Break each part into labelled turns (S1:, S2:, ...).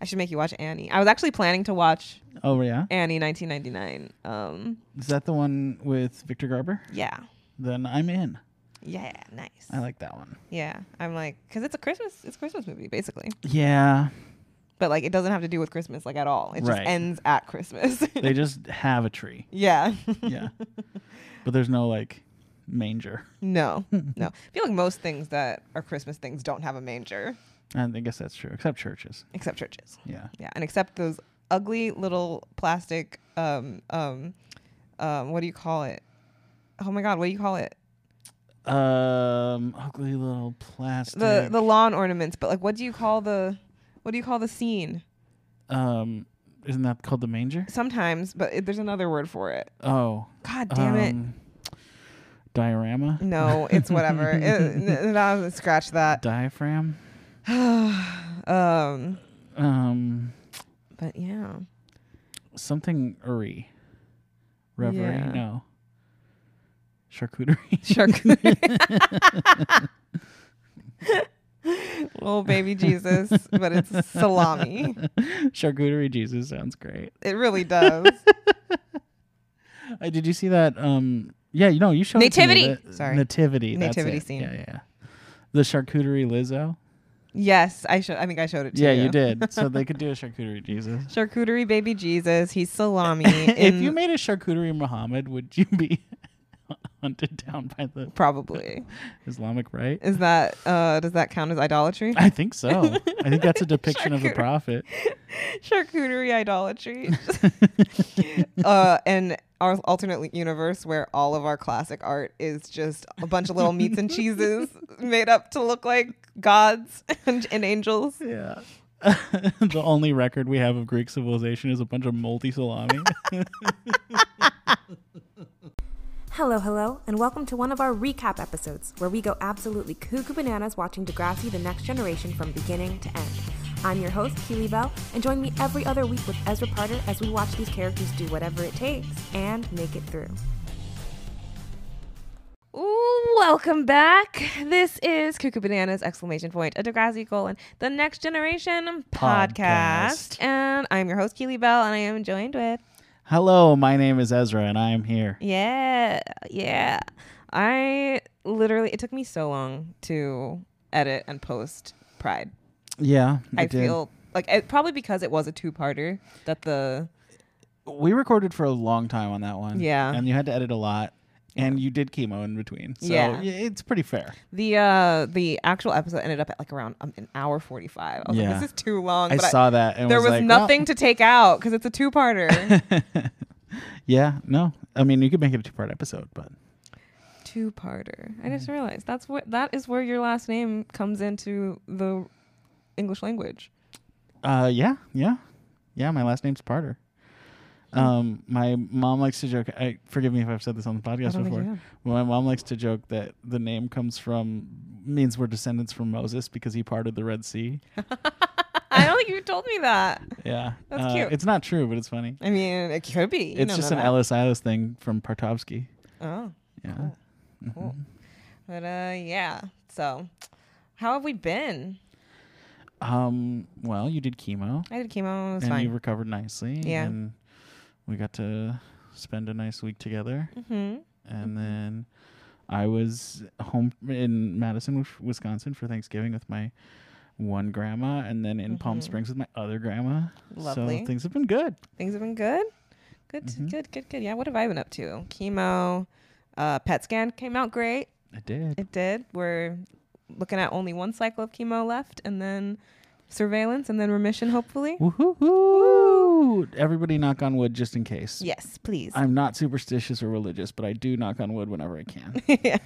S1: I should make you watch Annie. I was actually planning to watch
S2: Oh yeah,
S1: Annie 1999. Um,
S2: is that the one with Victor Garber?
S1: yeah,
S2: Then I'm in.
S1: yeah, nice.
S2: I like that one.
S1: yeah, I'm like, cause it's a Christmas, it's a Christmas movie basically,
S2: Yeah,
S1: but like it doesn't have to do with Christmas like at all. It
S2: Right.
S1: just ends at Christmas.
S2: they just have a tree.
S1: yeah.
S2: Yeah, but there's no like manger.
S1: No, no. I feel like most things that are Christmas things don't have a manger,
S2: And I guess that's true, except churches.
S1: except churches.
S2: Yeah,
S1: Yeah, and except those ugly little plastic, um, um, um, what do you call it? Oh my God, what do you call it?
S2: um, ugly little plastic.
S1: The the lawn ornaments, but like, what do you call the, what do you call the scene?
S2: um, isn't that called the manger?
S1: Sometimes, but it, there's another word for it.
S2: Oh,
S1: God damn it.
S2: um, Diorama,
S1: No, it's whatever. it, n- n- I'll scratch that.
S2: diaphragm.
S1: Um,
S2: Um,
S1: but yeah,
S2: something uri. Reverie,
S1: Yeah.
S2: no. Charcuterie.
S1: charcuterie. Little baby Jesus, but it's salami.
S2: Charcuterie Jesus sounds great.
S1: It really does.
S2: Uh, did you see that? Um, yeah, you know, you showed it to me,
S1: Nativity!
S2: the-
S1: Sorry.
S2: nativity, that's
S1: Nativity
S2: it.
S1: scene.
S2: Yeah, yeah, yeah. The charcuterie Lizzo.
S1: yes, I should. I think I showed it to
S2: yeah,
S1: you.
S2: you did. So they could do a charcuterie Jesus.
S1: Charcuterie baby Jesus. He's salami.
S2: if
S1: in-
S2: you made a charcuterie Muhammad, would you be hunted down by the
S1: probably
S2: Islamic right?
S1: is that uh, does that count as idolatry?
S2: I think so. I think that's a depiction of the
S1: Charcuterie.
S2: prophet.
S1: Charcuterie idolatry. uh, and our alternate universe where all of our classic art is just a bunch of little meats and cheeses made up to look like gods and, and angels.
S2: Yeah. the only record we have of Greek civilization is a bunch of moldy salami.
S3: Hello, hello, and welcome to one of our recap episodes where we go absolutely cuckoo bananas watching Degrassi The Next Generation from beginning to end. I'm your host, Keely Bell, and join me every other week with Ezra Parter as we watch these characters do whatever it takes and make it through.
S1: Welcome back. This is Cuckoo Bananas! Exclamation point! A Degrassi colon the Next Generation podcast.
S2: Podcast.
S1: and I'm your host Keely Bell, and I am joined with
S2: Hello, my name is Ezra, and I am here.
S1: yeah, yeah. I literally it took me so long to edit and post Pride.
S2: Yeah,
S1: I,
S2: did.
S1: feel like it, probably because it was a two-parter that the
S2: we recorded for a long time on that one.
S1: Yeah.
S2: and you had to edit a lot, and you did chemo in between. So
S1: Yeah.
S2: yeah, it's pretty fair.
S1: the uh the actual episode ended up at like around um, an hour forty five. I was
S2: Yeah.
S1: like, this is too long.
S2: I
S1: Um, but I-
S2: saw that, and
S1: there was
S2: like, well,
S1: nothing to take out because it's a two-parter.
S2: yeah, no, I mean you could make it a two-part episode, but
S1: two-parter. I
S2: Mm.
S1: just realized that's what that is where your last name comes into the English language.
S2: uh, yeah, yeah, yeah. My last name's Parter.
S1: Hmm.
S2: Um, my mom likes to joke. I forgive me if I've said this on the
S1: I
S2: podcast
S1: don't think
S2: before.
S1: you have.
S2: Well, my mom likes to joke that the name comes from means we're descendants from Moses because he parted the Red Sea.
S1: I don't think you told me that.
S2: Yeah, Uh,
S1: That's cute.
S2: It's not true, but it's funny.
S1: I mean, it could be. You
S2: it's
S1: don't
S2: just
S1: know
S2: an
S1: that.
S2: Ellis Isles thing from Partovsky.
S1: Oh,
S2: Yeah, Mm-hmm.
S1: cool. But uh, yeah. So, how have we been?
S2: Um. Well, you did chemo,
S1: I did chemo. It was
S2: and
S1: fine.
S2: you recovered nicely.
S1: Yeah.
S2: And we got to spend a nice week together,
S1: hmm
S2: and then I was home in Madison, Wis- Wisconsin, for Thanksgiving with my one grandma, and then in Palm Springs with my other grandma.
S1: Mm-hmm. Lovely.
S2: So Mm-hmm. things have been good.
S1: Things have been good. Good, good, good, good. Yeah. What have I been up to? Chemo, uh, PET scan came out great.
S2: I did.
S1: It did. We're looking at only one cycle of chemo left, and then surveillance, and then remission, hopefully.
S2: Woohoo! Everybody knock on wood just in case.
S1: Yes, please.
S2: I'm not superstitious or religious, but I do knock on wood whenever I can.
S1: yeah.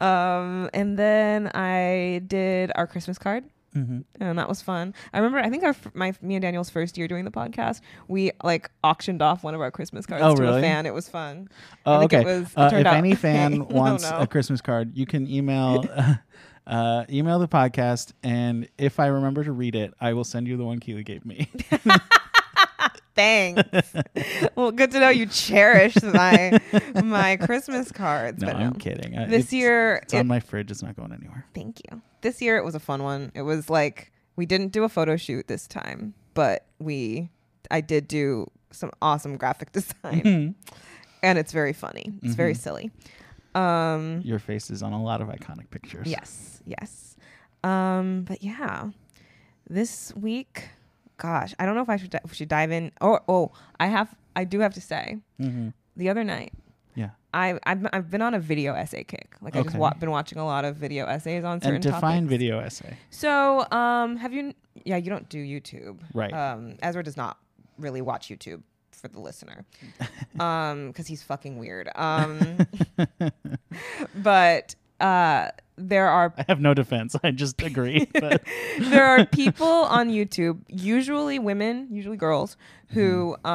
S1: um, and then I did our Christmas card.
S2: Mm-hmm.
S1: And that was fun. I remember. I think our f- my me and Daniel's first year doing the podcast, we like auctioned off one of our Christmas cards
S2: Oh,
S1: to a
S2: really?
S1: fan. It was fun.
S2: Oh,
S1: I think
S2: okay.
S1: It was, it
S2: Uh,
S1: turned
S2: if
S1: out
S2: any
S1: okay.
S2: fan
S1: No,
S2: wants
S1: no.
S2: a Christmas card, you can email uh, email the podcast, and if I remember to read it, I will send you the one Keely gave me.
S1: thanks. well, good to know you cherish my my Christmas cards.
S2: no,
S1: but
S2: I'm
S1: no.
S2: kidding. I-
S1: This
S2: it's-
S1: year,
S2: it's on
S1: it-
S2: my fridge. It's not going anywhere.
S1: Thank you. This year it was a fun one. It was like We didn't do a photo shoot this time, but we I did do some awesome graphic
S2: Mm-hmm.
S1: design. and it's very funny. It's very silly. Um
S2: Your face is on a lot of iconic pictures.
S1: yes, yes. Um but yeah. This week, gosh, I don't know if I should di- should dive in oh, oh, I have I do have to say
S2: Mhm.
S1: the other night
S2: Yeah.
S1: I, I've, I've been on a video essay kick. Like I've just
S2: Okay.
S1: wa- been watching a lot of video essays on certain
S2: And define
S1: topics.
S2: video essay.
S1: So, um, have you? Yeah, you don't do YouTube,
S2: Right.
S1: Um, Ezra does not really watch YouTube for the listener, um, because he's fucking weird. Um, but uh, there are
S2: I have no defense. I just agree. but
S1: there are people on YouTube, usually women, usually girls, who
S2: Mm-hmm.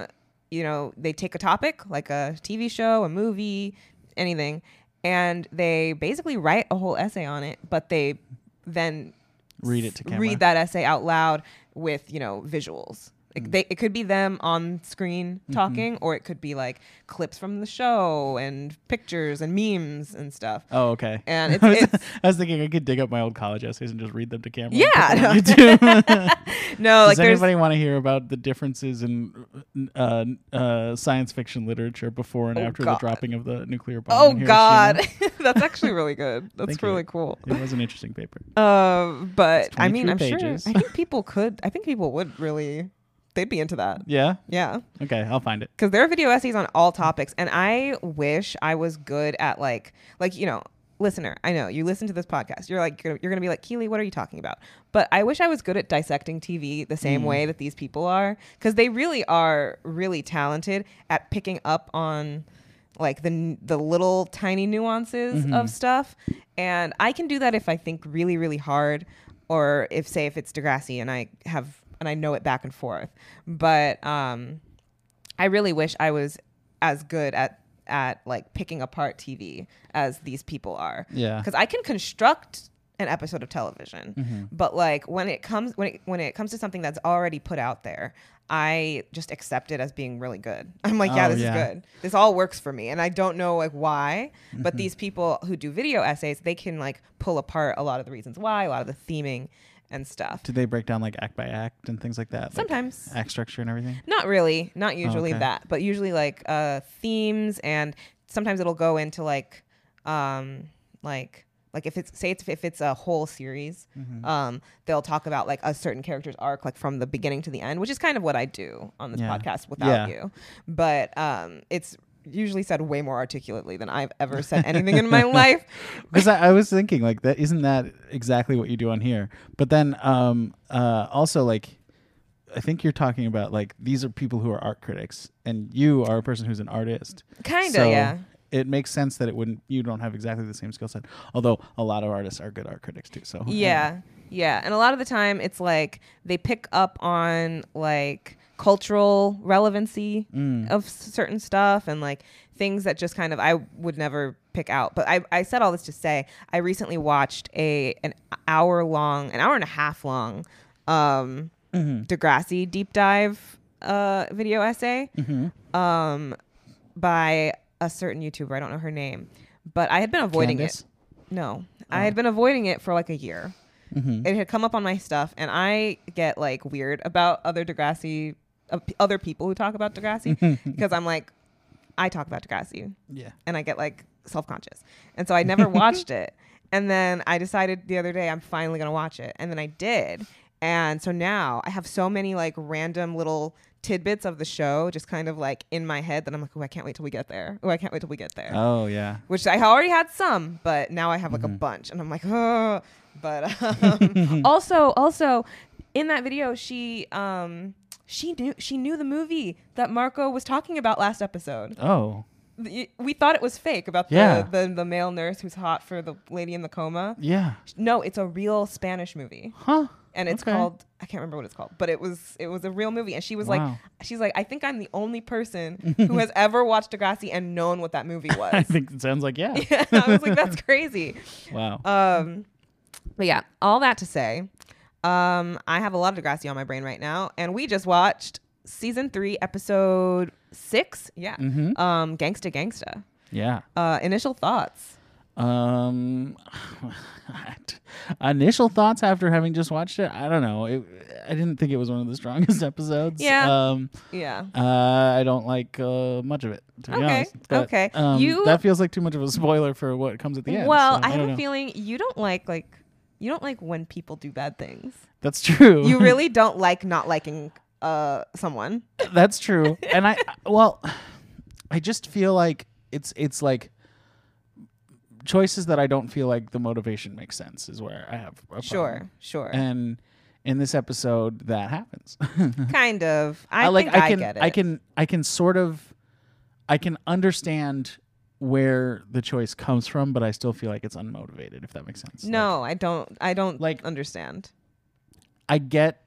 S1: um, you know, they take a topic like a TV show, a movie, anything, and they basically write a whole essay on it, but they then
S2: Read it to
S1: s-
S2: camera.
S1: Read that essay out loud with, you know, visuals. Like
S2: Mm.
S1: they, it could be them on screen
S2: Mm-hmm.
S1: talking, or it could be like clips from the show and pictures and memes and stuff.
S2: oh, okay.
S1: And
S2: I,
S1: it's-
S2: was,
S1: it's-
S2: I was thinking I could dig up my old college essays and just read them to camera. and
S1: Yeah,
S2: put them on
S1: no.
S2: YouTube.
S1: No, like
S2: Does
S1: there's
S2: anybody want to hear about the differences in uh, uh, science fiction literature before and
S1: Oh,
S2: after
S1: God.
S2: the dropping of the nuclear bomb?
S1: Oh
S2: in Hiroshima?
S1: God, that's actually really good. That's
S2: Thank
S1: really
S2: you.
S1: cool.
S2: It was an interesting paper.
S1: Uh, but I mean, I'm
S2: 23 pages.
S1: sure. I think people could. I think people would really. They'd be into that.
S2: Yeah.
S1: Yeah,
S2: Okay, I'll find it.
S1: because there are video essays on all topics, and I wish I was good at like, like you know, listener. I know you listen to this podcast. You're like, you're, you're gonna be like, Keely, what are you talking about? But I wish I was good at dissecting TV the same way that these people are, because they really are really talented at picking up on like the n- the little tiny nuances of stuff and i can do that if i think really really hard or if say if it's degrassi and i have and i know it back and forth but um i really wish i was as good at at like picking apart tv as these people are
S2: Yeah.
S1: because i can construct an episode of television
S2: Mm-hmm.
S1: but like when it comes when it when it comes to something that's already put out there i just accept it as being really good i'm like yeah
S2: Oh,
S1: this is
S2: yeah.
S1: good this all works for me and i don't know like why but
S2: Mm-hmm.
S1: these people who do video essays they can like pull apart a lot of the reasons why a lot of the theming and stuff
S2: Did they break down like act by act and things like that? Like,
S1: Sometimes.
S2: act structure and everything.
S1: not really not usually
S2: Oh, okay.
S1: that but usually like uh themes and sometimes it'll go into like um like like if it's say it's if it's a whole series
S2: Mm-hmm.
S1: um they'll talk about like a certain character's arc like from the beginning to the end which is kind of what i do on this
S2: Yeah.
S1: podcast without
S2: Yeah.
S1: you but um it's usually said way more articulately than i've ever said anything in my life
S2: Because I, I was thinking like that isn't that exactly what you do on here? But then um, uh, also like I think you're talking about like these are people who are art critics and you are a person who's an artist.
S1: Kinda,
S2: So
S1: yeah.
S2: It makes sense that it wouldn't you don't have exactly the same skill set. Although a lot of artists are good art critics too. So
S1: Yeah. Yeah. And a lot of the time it's like they pick up on like cultural relevancy of s- certain stuff and like things that just kind of I would never pick out. But I, I said all this to say I recently watched a an hour long, an hour and a half long um Degrassi deep dive uh video essay um by a certain YouTuber. I don't know her name. But I had been avoiding
S2: Candace?
S1: it. No, I had been avoiding it for like a year. It had come up on my stuff, and I get like weird about other Degrassi, uh, p- other people who talk about Degrassi, because I'm like, I talk about Degrassi,
S2: Yeah.
S1: and I get like self conscious, and so I never watched it. And then I decided the other day I'm finally gonna watch it, and then I did, and so now I have so many like random little tidbits of the show just kind of like in my head that I'm like, oh, I can't wait till we get there. Oh, I can't wait till we get there
S2: Oh yeah.
S1: which I already had some, but now I have like a bunch, and I'm like, oh. But um, also, also, in that video, she um she knew she knew the movie that Marco was talking about last episode.
S2: Oh.
S1: Y- We thought it was fake about
S2: Yeah.
S1: the, the the male nurse who's hot for the lady in the coma.
S2: Yeah.
S1: No, it's a real Spanish movie
S2: Huh.
S1: and it's
S2: Okay.
S1: called I can't remember what it's called, but it was it was a real movie, and she was
S2: Wow.
S1: like, she's like, I think I'm the only person who has ever watched Degrassi and known what that movie
S2: I
S1: was.
S2: think it sounds like yeah.
S1: Yeah, I was like, that's crazy.
S2: Wow.
S1: Um, but yeah, all that to say, um, I have a lot of Degrassi on my brain right now, and we just watched season three,
S2: Mm-hmm.
S1: episode six. Yeah, um, Gangsta Gangsta.
S2: yeah.
S1: Uh, initial thoughts.
S2: Um, initial thoughts after having just watched it. I don't know. It, I didn't think it was one of the strongest episodes.
S1: Yeah.
S2: Um,
S1: Yeah.
S2: uh, I don't like uh, much of it. To be
S1: Okay,
S2: honest. But,
S1: okay.
S2: Um,
S1: You-
S2: that feels like too much of a spoiler for what comes at the end.
S1: well,
S2: so
S1: I have
S2: don't
S1: a
S2: know.
S1: feeling you don't like like you don't like when people do bad things.
S2: that's true.
S1: You really don't like not liking uh someone.
S2: That's true. And I well, I just feel like it's it's like choices that I don't feel like the motivation makes sense is where I have a problem.
S1: Sure, sure.
S2: And in this episode that happens.
S1: Uh-huh. kind of. I,
S2: like
S1: think I,
S2: I can
S1: get it.
S2: I can I can sort of I can understand where the choice comes from, but I still feel like it's unmotivated if that makes sense. Like,
S1: No, I don't I don't
S2: Like-
S1: like understand.
S2: I get.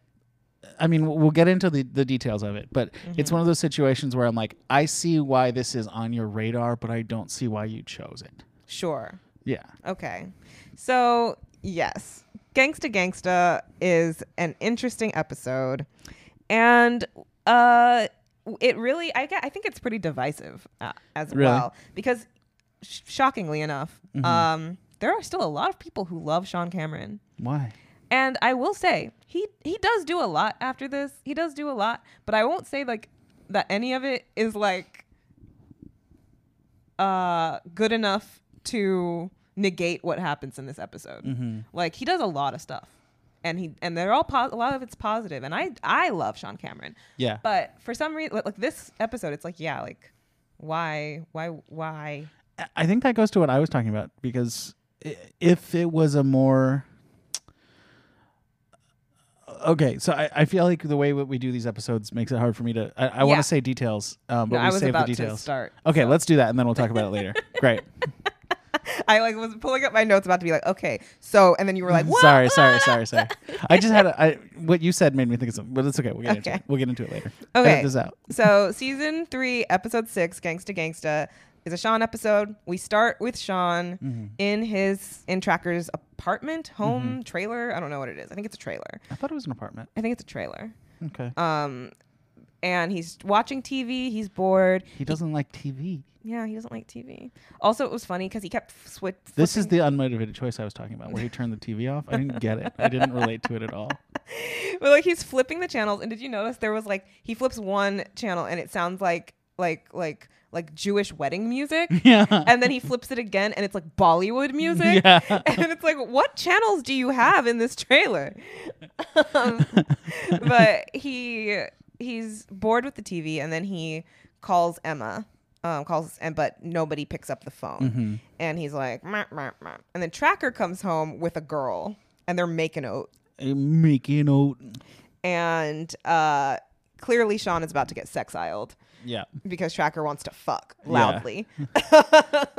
S2: I mean, we'll get into the, the details of it, but
S1: Mm-hmm.
S2: it's one of those situations where I'm like, I see why this is on your radar, but I don't see why you chose it.
S1: Sure.
S2: Yeah.
S1: Okay. So, yes, Gangsta Gangsta is an interesting episode. And uh, it really, I, get, I think it's pretty divisive uh, as
S2: Really?
S1: well. Because, sh- shockingly enough, um, there are still a lot of people who love Sean Cameron.
S2: Why?
S1: And I will say he he does do a lot after this. He does do a lot, but I won't say like that any of it is like uh good enough to negate what happens in this episode. Like he does a lot of stuff. And he and they're all po- a lot of it's positive and I I love Sean Cameron.
S2: Yeah.
S1: But for some reason like, like this episode it's like yeah, like why why why
S2: I- I think that goes to what I was talking about because i- if it was a more okay, so I, I feel like the way that we do these episodes makes it hard for me to. I, I want
S1: Yeah.
S2: to say details, um, but
S1: No,
S2: we
S1: I was
S2: save
S1: about
S2: the
S1: to
S2: details.
S1: start,
S2: Okay, let's do that, and then we'll talk about it later. Great.
S1: I like was pulling up my notes about to be like okay, so and then you were like what?
S2: sorry, sorry, sorry, sorry. I just had a, I, what you said made me think of something, but it's okay. We'll get into
S1: Okay.
S2: it. We'll get into it later.
S1: Okay.
S2: Edit this out.
S1: so season three, episode six, Gangsta Gangsta, is a Sean episode. We start with Sean
S2: Mm-hmm.
S1: in his in Tracker's apartment, home, trailer. I don't know what it is. I think it's a trailer.
S2: I thought it was an apartment.
S1: I think it's a trailer.
S2: Okay.
S1: Um, and he's watching TV. He's bored.
S2: he doesn't like TV.
S1: Yeah, he doesn't like TV. Also, it was funny because he kept switch.
S2: This is the unmotivated choice I was talking about, where he turned the TV off. I didn't get it. I didn't relate to it at all.
S1: but like he's flipping the channels and did you notice there was like he flips one channel and it sounds like like like like Jewish wedding music.
S2: Yeah.
S1: And then he flips it again and it's like Bollywood music.
S2: Yeah.
S1: And it's like what channels do you have in this trailer? um, but he he's bored with the TV and then he calls Emma. Um, calls and but nobody picks up the phone
S2: Mm-hmm.
S1: and he's like "Meh, meh, meh." and then tracker comes home with a girl and they're making out
S2: I'm making out.
S1: and uh, clearly Sean is about to get sex iled
S2: Yeah.
S1: because Tracker wants to fuck
S2: Yeah.
S1: loudly.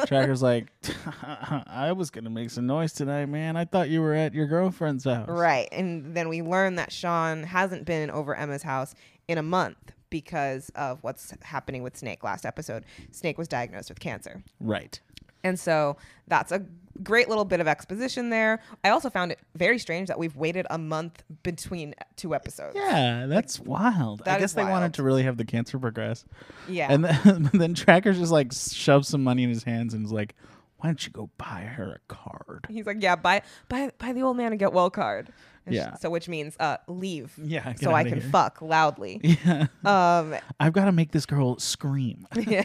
S2: Tracker's like, I was gonna make some noise tonight, man. I thought you were at your girlfriend's house.
S1: right. And then we learn that Sean hasn't been over Emma's house in a month because of what's happening with Snake last episode. Snake was diagnosed with cancer.
S2: Right.
S1: And so that's a great little bit of exposition there. I also found it very strange that we've waited a month between two episodes.
S2: Yeah, that's wild. I
S1: that
S2: guess
S1: is
S2: they wanted
S1: wild.
S2: to really have the cancer progress.
S1: Yeah.
S2: And then, then Tracker just like shoves some money in his hands and is like, "Why don't you go buy her a card?"
S1: He's like, yeah, buy buy buy the old man a get well card. And sh-
S2: Yeah.
S1: So which means uh leave.
S2: Yeah, get
S1: So I
S2: outta
S1: can
S2: here.
S1: fuck loudly.
S2: Yeah,
S1: Um
S2: I've got to make this girl scream.
S1: yeah.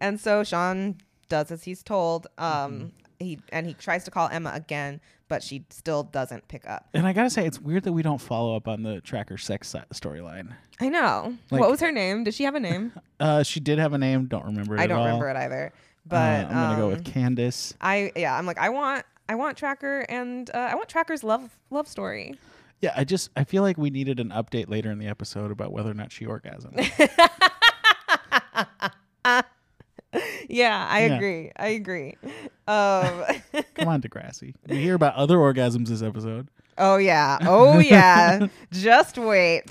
S1: And so Sean does as he's told. Um he and he tries to call Emma again, but she still doesn't pick up.
S2: And I gotta say, it's weird that we don't follow up on the Tracker sex si- storyline.
S1: I know.
S2: Like-
S1: what was her name? Did she have a name?
S2: Uh, she did have a name. Don't remember it.
S1: I
S2: at
S1: don't
S2: all.
S1: remember it either.
S2: Uh,
S1: But
S2: I'm gonna go
S1: um,
S2: with Candace.
S1: I yeah, I'm like I want I want Tracker and uh, I want Tracker's love love story.
S2: Yeah, I just I feel like we needed an update later in the episode about whether or not she orgasmed.
S1: Yeah, I
S2: Yeah.
S1: agree. I agree. Um
S2: Come on, Degrassi. We hear about other orgasms this episode.
S1: Oh yeah. Oh yeah.
S2: Mm-hmm.
S1: Just wait.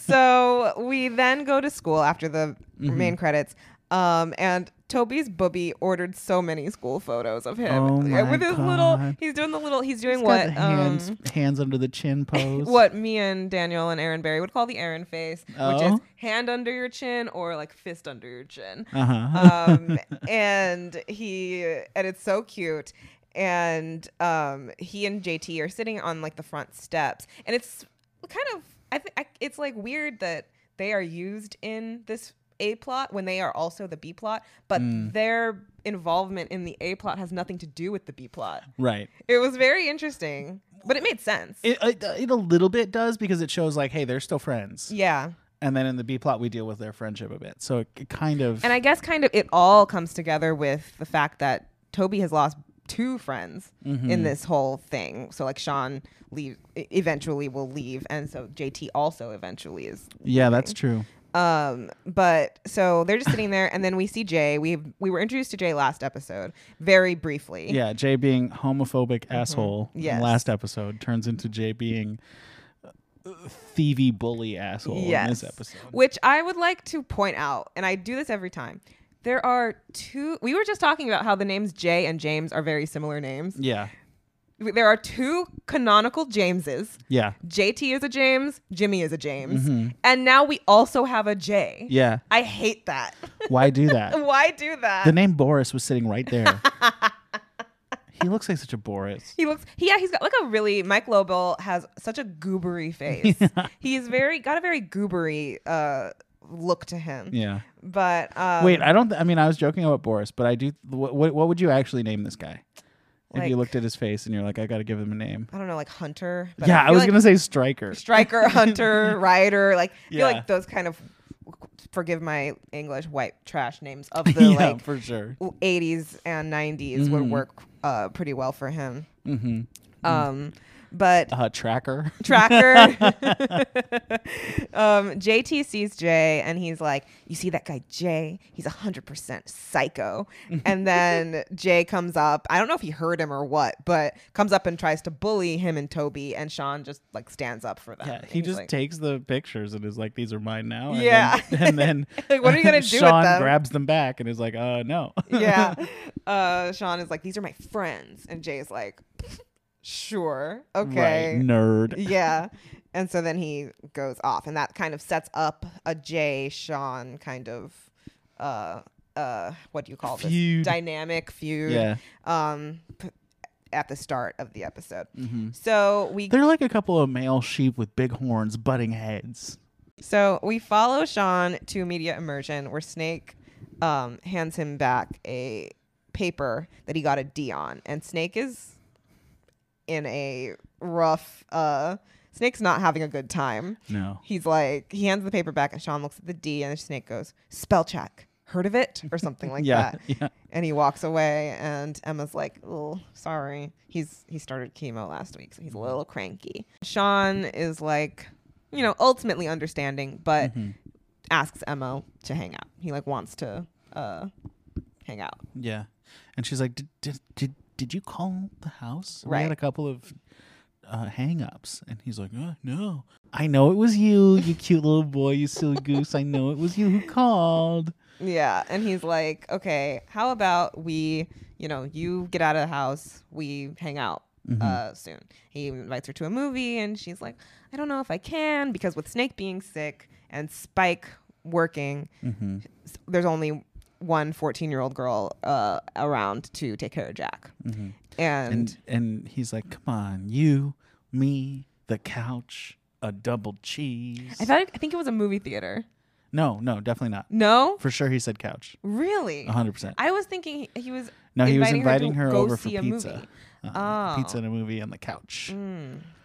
S1: so we then go to school after the main credits. Um, and Toby's booby ordered so many school photos of him
S2: Oh
S1: Yeah, with
S2: my
S1: his little.
S2: God.
S1: He's doing the little. He's doing
S2: He's
S1: what?
S2: got the hands,
S1: um,
S2: hands under the chin pose.
S1: what me and Daniel and Aaron Barry would call the Aaron face, which
S2: Oh.
S1: is hand under your chin or like fist under your chin.
S2: Uh huh.
S1: um, and he and it's so cute and um, he and jt are sitting on like the front steps and it's kind of i think it's like weird that they are used in this a plot when they are also the b plot but their involvement in the a plot has nothing to do with the b plot
S2: right.
S1: it was very interesting but it made sense
S2: It, it it a little bit does because it shows like, hey, they're still friends,
S1: yeah
S2: and then in the B plot we deal with their friendship a bit. So it, it kind of
S1: and i guess kind of it all comes together with the fact that toby has lost two friends in
S2: Mm-hmm.
S1: this whole thing so like sean leave e- eventually will leave and so jt also eventually is
S2: yeah, that's true.
S1: um but so they're just sitting there and then we see jay we we were introduced to jay last episode very briefly
S2: Yeah, Jay being homophobic asshole in
S1: Mm-hmm. Yes.
S2: last episode turns into Jay being uh, thievy bully asshole in this episode.
S1: Which I would like to point out, and I do this every time. There are two. We were just talking about how the names Jay and James are very similar names.
S2: Yeah,
S1: There are two canonical Jameses.
S2: yeah,
S1: JT is a James, Jimmy is a James, and now we also have a J.
S2: Mm-hmm. yeah.
S1: I hate that.
S2: Why do that?
S1: Why do that?
S2: The name Boris was sitting right there. he looks like such a Boris.
S1: He looks. He, yeah, he's got like a really. Mike Lobel has such a goobery face. He's very got a very goobery uh, look to him.
S2: Yeah.
S1: But um,
S2: Wait, I don't. Th- I mean, I was joking about Boris, but I do. What what, what would you actually name this guy? if
S1: Like-
S2: you looked at his face and you're like, I got to give him a name.
S1: I don't know, like Hunter. but
S2: Yeah, I,
S1: feel
S2: was
S1: like
S2: gonna say Striker.
S1: striker, Hunter, Ryder. Like I feel
S2: Yeah.
S1: like those kind of forgive my English white trash names of the
S2: yeah,
S1: like
S2: for sure.
S1: 80s and 90s
S2: Mm-hmm.
S1: would work uh, pretty well for him. Mm-hmm. Um, but
S2: Uh, tracker.
S1: tracker, um, JT sees Jay and he's like, "You see that guy Jay? He's hundred percent psycho." and then Jay comes up. I don't know if he heard him or what, but comes up and tries to bully him and Toby. And Sean just like stands up for them.
S2: Yeah,
S1: And
S2: he
S1: he's
S2: just
S1: like,
S2: takes the pictures and is like, "These are mine now." and
S1: Yeah.
S2: then- and then
S1: Like, what are you gonna do with
S2: Sean
S1: them?
S2: grabs them back and is like, "Uh, no."
S1: yeah. Uh, Sean is like, these are my friends. And Jay's like, sure. Okay.
S2: Right, nerd.
S1: yeah. And so then he goes off. And that kind of sets up a Jay Sean kind of, uh, uh, what do you call
S2: Feud.
S1: this? Dynamic feud.
S2: Yeah.
S1: Um, p- at the start of the episode.
S2: Mm-hmm.
S1: So we
S2: They're like a couple of male sheep with big horns butting heads.
S1: So we follow Sean to media immersion, where Snake um, hands him back a paper that he got a D on, and Snake is in a rough. Uh, Snake's not having a good time.
S2: No.
S1: He's like he hands the paper back, and Sean looks at the D, and the Snake goes, "Spell check." Heard of it or something like
S2: Yeah,
S1: that.
S2: yeah.
S1: And he walks away, and Emma's like, "Oh, sorry. He's he started chemo last week, so he's a little cranky." Sean is like, you know, ultimately understanding, but asks Emma to hang out. He like wants to uh, hang out.
S2: Yeah, and she's like, "Did did did, did you call the house? We
S1: Right.
S2: had a couple of uh, hang-ups. and he's like, uh, "No, I know it was you, you cute little boy, you silly goose. I know it was you who called."
S1: Yeah, and he's like, "Okay, how about we, you know, you get out of the house, we hang out
S2: Mm-hmm.
S1: uh, soon." He invites her to a movie, and she's like, "I don't know if I can because with Snake being sick and Spike working,
S2: Mm-hmm.
S1: s- there's only one 14 year old girl uh, around to take care of Jack."
S2: And
S1: And,
S2: Mm-hmm. and he's like, "Come on, you, me, the couch, a double cheese."
S1: I thought it, I think it was a movie theater.
S2: no, no, definitely not.
S1: No,
S2: For sure, he said couch.
S1: really,
S2: A hundred percent.
S1: I was thinking he, he was.
S2: No, he was
S1: to
S2: inviting her,
S1: go
S2: over for
S1: see a
S2: pizza.
S1: movie.
S2: Uh,
S1: Oh. Mm.
S2: Pizza and a movie on the couch.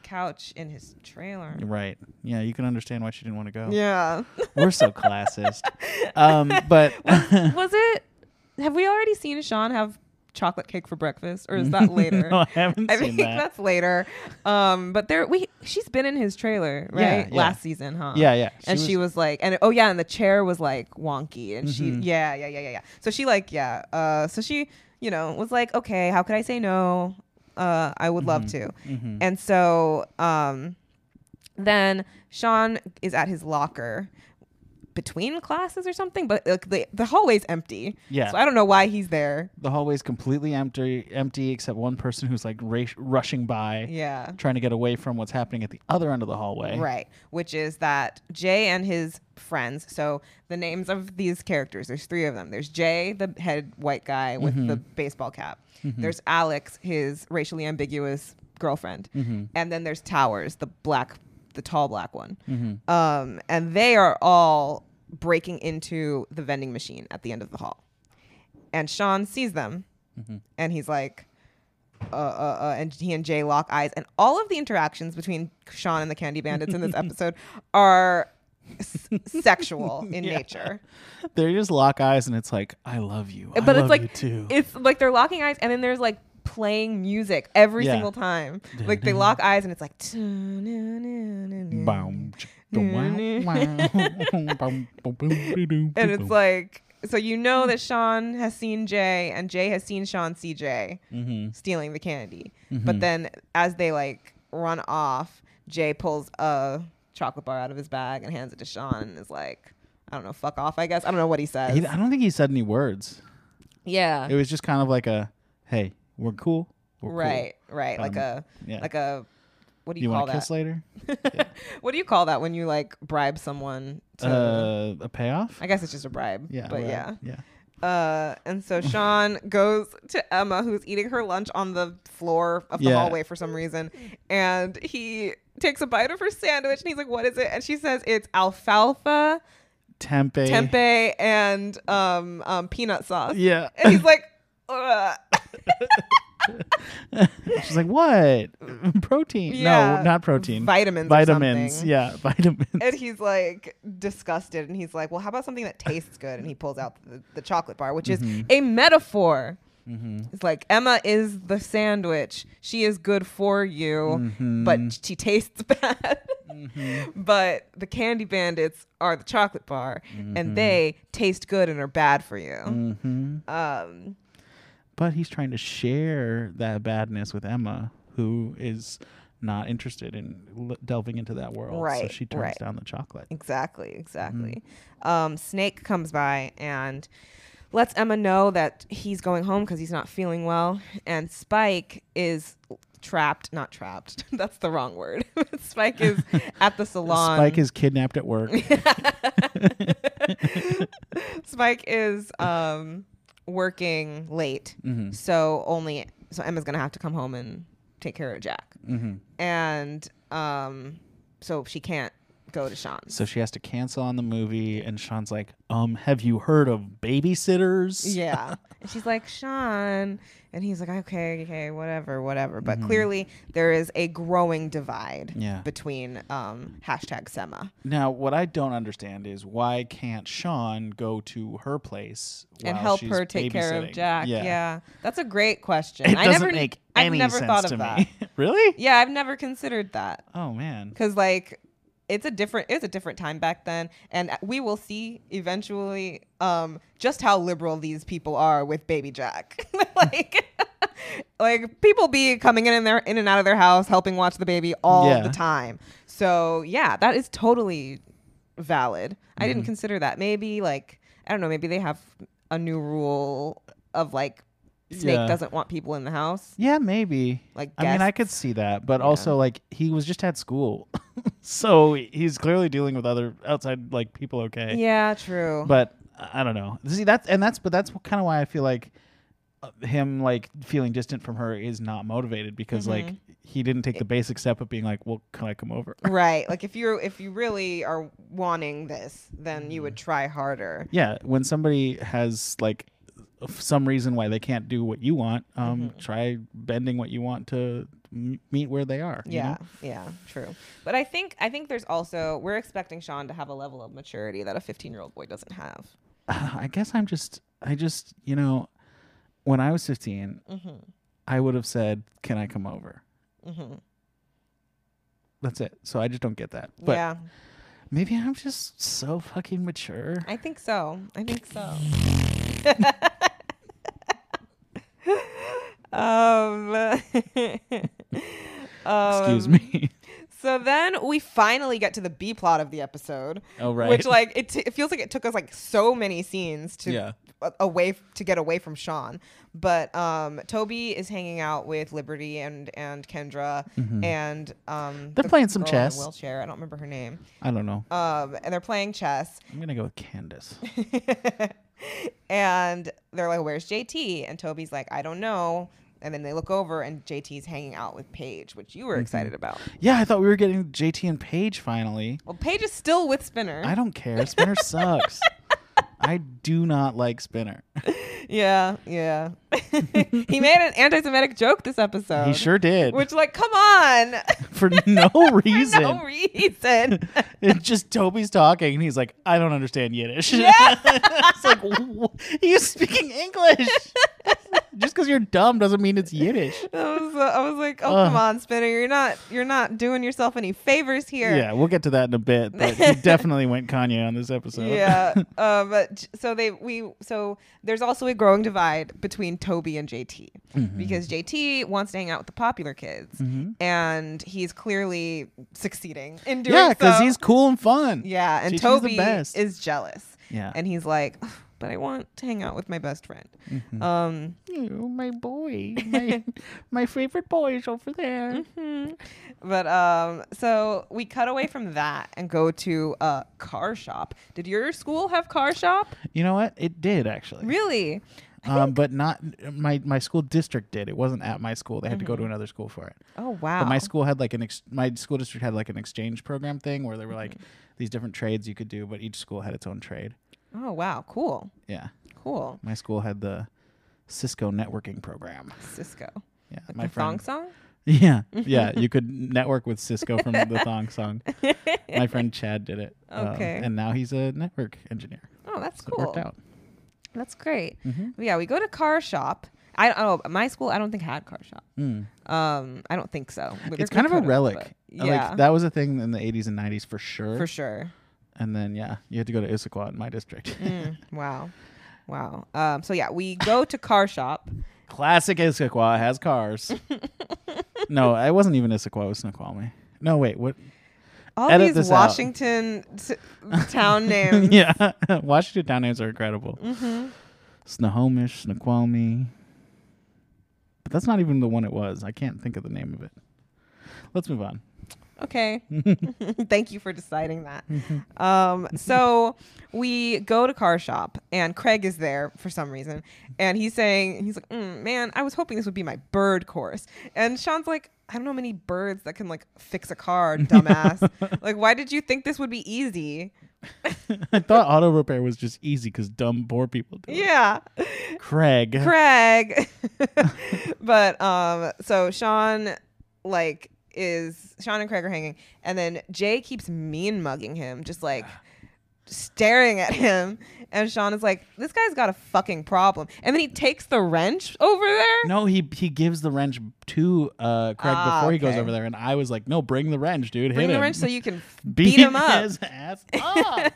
S1: Couch in his trailer.
S2: Right. Yeah, you can understand why she didn't want to go.
S1: Yeah.
S2: We're so classist. Um, but
S1: was it have we already seen sean have chocolate cake for breakfast or is that later
S2: no, I haven't
S1: I
S2: seen
S1: think
S2: that.
S1: that's later. Um, but there we she's been in his trailer,
S2: Yeah,
S1: right?
S2: yeah.
S1: Last season, huh?
S2: Yeah, yeah. She
S1: and she was like and oh yeah, and the chair was like wonky and
S2: Mm-hmm.
S1: she yeah, yeah, yeah, yeah, yeah. So she like, yeah. Uh so she, you know, was like, Okay, how could I say no? Uh I would love to.
S2: Mm-hmm.
S1: And so um then Sean is at his locker between classes or something, but like the, the hallway's empty.
S2: Yeah.
S1: So I don't know why he's there.
S2: The hallway's completely empty, empty except one person who's like ra- rushing by,
S1: Yeah.
S2: trying to get away from what's happening at the other end of the hallway.
S1: Right. Which is that Jay and his friends. So the names of these characters, there's three of them. There's Jay, the head white guy with the baseball cap. There's Alex, his racially ambiguous girlfriend. And then there's Towers, the black, the tall black one. Um, and they are all breaking into the vending machine at the end of the hall. And Sean sees them and he's like, uh, uh, uh, and he and Jay lock eyes, and all of the interactions between Sean and the Candy Bandits in this episode are s- sexual in nature.
S2: They just lock eyes and it's like, I love you. I
S1: But
S2: love
S1: it's like
S2: you too.
S1: it's like they're locking eyes, and then there's like playing music every
S2: Yeah.
S1: single time. Like they lock eyes, and it's like. And
S2: Boom, chick, boom, wow, wow. Boom, boom, boom, doo, doo, doo,
S1: it's
S2: boom. Hmm.
S1: like. So you know that Sean has seen Jay, and Jay has seen Sean see Jay
S2: Mm-hmm.
S1: stealing the candy. But then, as they like run off, Jay pulls a chocolate bar out of his bag and hands it to Sean, and is like, "I don't know, fuck off." I guess I don't know what he says.
S2: He- I don't think he said any words.
S1: yeah,
S2: It was just kind of like a, hey, we're cool. We're cool.
S1: right, right.
S2: Um,
S1: Like a,
S2: yeah.
S1: like a, what do you,
S2: You
S1: call
S2: want to
S1: that?
S2: kiss later?
S1: what do you call that when you like bribe someone to?
S2: Uh, a payoff?
S1: I guess it's just a bribe.
S2: yeah.
S1: but
S2: well,
S1: yeah.
S2: Yeah.
S1: Uh, and so Sean goes to Emma, who's eating her lunch on the floor of the
S2: Yeah.
S1: hallway for some reason, and he takes a bite of her sandwich, and he's like, "What is it?" And she says, "It's alfalfa,
S2: Tempe.
S1: tempeh, and um, um, peanut sauce."
S2: Eh. Yeah.
S1: And he's like, Ugh.
S2: She's like, what? protein?
S1: Yeah.
S2: No, not protein.
S1: Vitamins or
S2: Vitamins.
S1: something.
S2: Yeah. Vitamins.
S1: and he's like disgusted, and he's like, "Well, how about something that tastes good?" And he pulls out the, the chocolate bar, which is a metaphor. It's like Emma is the sandwich; she is good for you, but she tastes bad. but the candy bandits are the chocolate bar, and they taste good and are bad for you. Um,
S2: Mm-hmm. but he's trying to share that badness with Emma, who is not interested in l- delving into that world. So
S1: Right,
S2: she turns
S1: right.
S2: down the chocolate.
S1: Exactly, exactly.
S2: Mm-hmm.
S1: Um, Snake comes by and lets Emma know that he's going home because he's not feeling well. And Spike is trapped, not trapped. That's the wrong word. Spike is at the salon.
S2: Spike is kidnapped at work.
S1: Spike is um, working late,
S2: Mm-hmm.
S1: so only so Emma's gonna have to come home and take care of Jack.
S2: Mm-hmm.
S1: And um, so she can't go to Sean's.
S2: so she has to cancel on the movie, and Sean's like, "Um, have you heard of babysitters?"
S1: Yeah. And she's like, Sean. And he's like, okay, okay, whatever, whatever. But clearly, there is a growing divide
S2: Mm-hmm. Yeah.
S1: between um, hashtag Sema
S2: Now, what I don't understand is why can't Sean go to her place
S1: and
S2: while
S1: help
S2: she's
S1: her take care of
S2: babysitting?
S1: Jack. Yeah. That's a great question.
S2: It
S1: I
S2: doesn't
S1: never,
S2: make
S1: I've
S2: any
S1: never
S2: sense
S1: thought of
S2: to
S1: that.
S2: me. really?
S1: Yeah, I've never considered that.
S2: Oh man.
S1: Because, like, it's a different it's a different time back then and uh, we will see eventually um just how liberal these people are with baby jack like like people be coming in and their in and out of their house helping watch the baby all
S2: Yeah.
S1: the time so yeah that is totally valid i
S2: Mm-hmm.
S1: didn't consider that maybe like i don't know maybe they have a new rule of like snake
S2: Yeah.
S1: doesn't want people in the house
S2: Yeah, maybe.
S1: Like
S2: I mean, I
S1: guests.
S2: could see that, but also like he was just at school, so he's clearly dealing with other outside like people. Okay,
S1: yeah true
S2: but I I don't know. See, that's and that's but that's kind of why I feel like uh, him like feeling distant from her is not motivated because like
S1: Mm-hmm.
S2: he didn't take the basic step of being like, well, can I come over?
S1: right like if you're if you really are wanting this then you would
S2: Mm-hmm.
S1: try harder
S2: yeah, when somebody has like f- some reason why they can't do what you want, um,
S1: Mm-hmm.
S2: try bending what you want to m- meet where they are. you
S1: yeah
S2: know?
S1: yeah true but i think i think there's also we're expecting sean to have a level of maturity that a 15 year old boy doesn't have
S2: I guess I'm just, I just, you know, when I was 15,
S1: Mm-hmm.
S2: I would have said, "Can I come over?" That's it. So I just don't get that. But
S1: yeah
S2: maybe I'm just so fucking mature.
S1: i think so i think so um, um, um,
S2: Excuse me.
S1: So then we finally get to the B plot of the episode.
S2: Oh, right.
S1: Which like it, t- it feels like it took us like so many scenes to
S2: Yeah.
S1: a- away to get away from Sean. But um Toby is hanging out with Liberty and and Kendra and um
S2: Mm-hmm. They're
S1: the
S2: playing some
S1: girl in a
S2: chess.
S1: Wheelchair. I don't remember her name.
S2: I don't know.
S1: Um and they're playing chess
S2: I'm gonna go with Candace.
S1: and they're like, "Where's JT?" And Toby's like, "I don't know." And then they look over, and JT's hanging out with Paige, which you were
S2: Mm-hmm.
S1: excited about.
S2: yeah, I thought we were getting JT and Paige finally.
S1: Well, Paige is still with Spinner.
S2: I don't care. Spinner sucks. I do not like Spinner.
S1: yeah, yeah. he made an anti-Semitic joke this episode.
S2: He sure did.
S1: Which, like, come on,
S2: for no reason.
S1: no reason.
S2: It's just Toby's talking, and he's like, "I don't understand Yiddish."
S1: Yeah.
S2: it's like "Wh- he's speaking English. just because you're dumb doesn't mean it's Yiddish.
S1: I was, uh, I was like, oh, come on, Spinner, you're not, you're not doing yourself any favors here.
S2: Yeah, we'll get to that in a bit. But he definitely went Kanye on this episode.
S1: yeah uh, but j- so they we so there's also a growing divide between toby and jt
S2: Mm-hmm.
S1: because jt wants to hang out with the popular kids and he's clearly succeeding in doing
S2: yeah, because
S1: so.
S2: he's cool and fun.
S1: yeah and
S2: JT 's the
S1: toby
S2: best.
S1: is jealous
S2: Yeah.
S1: and he's like "Ugh, but i want to hang out with my best friend
S2: Mm-hmm.
S1: um
S2: Oh, my boy, my my favorite boy is over there.
S1: Mm-hmm. but um so we cut away from that and go to a car shop did your school have car shop
S2: You know what? It did actually.
S1: really
S2: Um, but not my my school district did. It wasn't at my school. They had to go to another school for it.
S1: Mm-hmm. oh wow
S2: But my school had like an ex- my school district had like an exchange program thing where there were like
S1: Mm-hmm.
S2: these different trades you could do, but each school had its own trade.
S1: oh wow cool
S2: Yeah,
S1: cool
S2: my school had the Cisco networking program.
S1: Cisco.
S2: Yeah,
S1: Like
S2: my
S1: the thong
S2: friend.
S1: song?
S2: Yeah, yeah, you could network with Cisco from the Thong Song. My friend Chad did it. um,
S1: Okay.
S2: and now he's a network engineer.
S1: Oh, that's
S2: So
S1: cool.
S2: it worked out. Mm-hmm.
S1: That's great. But Yeah, we go to car shop. I don't know. My school, I don't think had car shop. Um, I don't think so. Liver
S2: Mm. it's kind of a
S1: could've,
S2: relic.
S1: but
S2: Uh,
S1: Yeah,
S2: Like that was a thing in the 80s and 90s for sure.
S1: for sure.
S2: And then yeah, you had to go to Issaquah in my district.
S1: Mm. Wow, wow. Um, so yeah, we go to car shop.
S2: Classic Issaquah has cars. no, it wasn't even Issaquah. It was Snoqualmie. No, wait. What?
S1: All
S2: Edit
S1: these
S2: this out.
S1: Washington t- town names.
S2: yeah, Washington town names are incredible.
S1: Mm-hmm.
S2: Snohomish, Snoqualmie. But that's not even the one it was. I can't think of the name of it. Let's move on.
S1: Okay. Thank you for deciding that. Um, so we go to car shop and Craig is there for some reason. And he's saying, he's like, mm, man, I was hoping this would be my bird course. And Sean's like, I don't know many birds that can like fix a car, dumbass. like, why did you think this would be easy?
S2: I thought auto repair was just easy because dumb poor people do it.
S1: Yeah.
S2: Craig.
S1: Craig. but um so Sean like is Sean and Craig are hanging and then Jay keeps mean mugging him just like staring at him and Sean is like this guy's got a fucking problem and then he takes the wrench over there
S2: No, he he gives the wrench to uh, Craig
S1: Ah,
S2: before he goes
S1: okay.
S2: over there, and I was like, "No, bring the wrench, dude.
S1: bring
S2: Hit
S1: the
S2: him.
S1: wrench so you can f- beat, him up
S2: his ass up.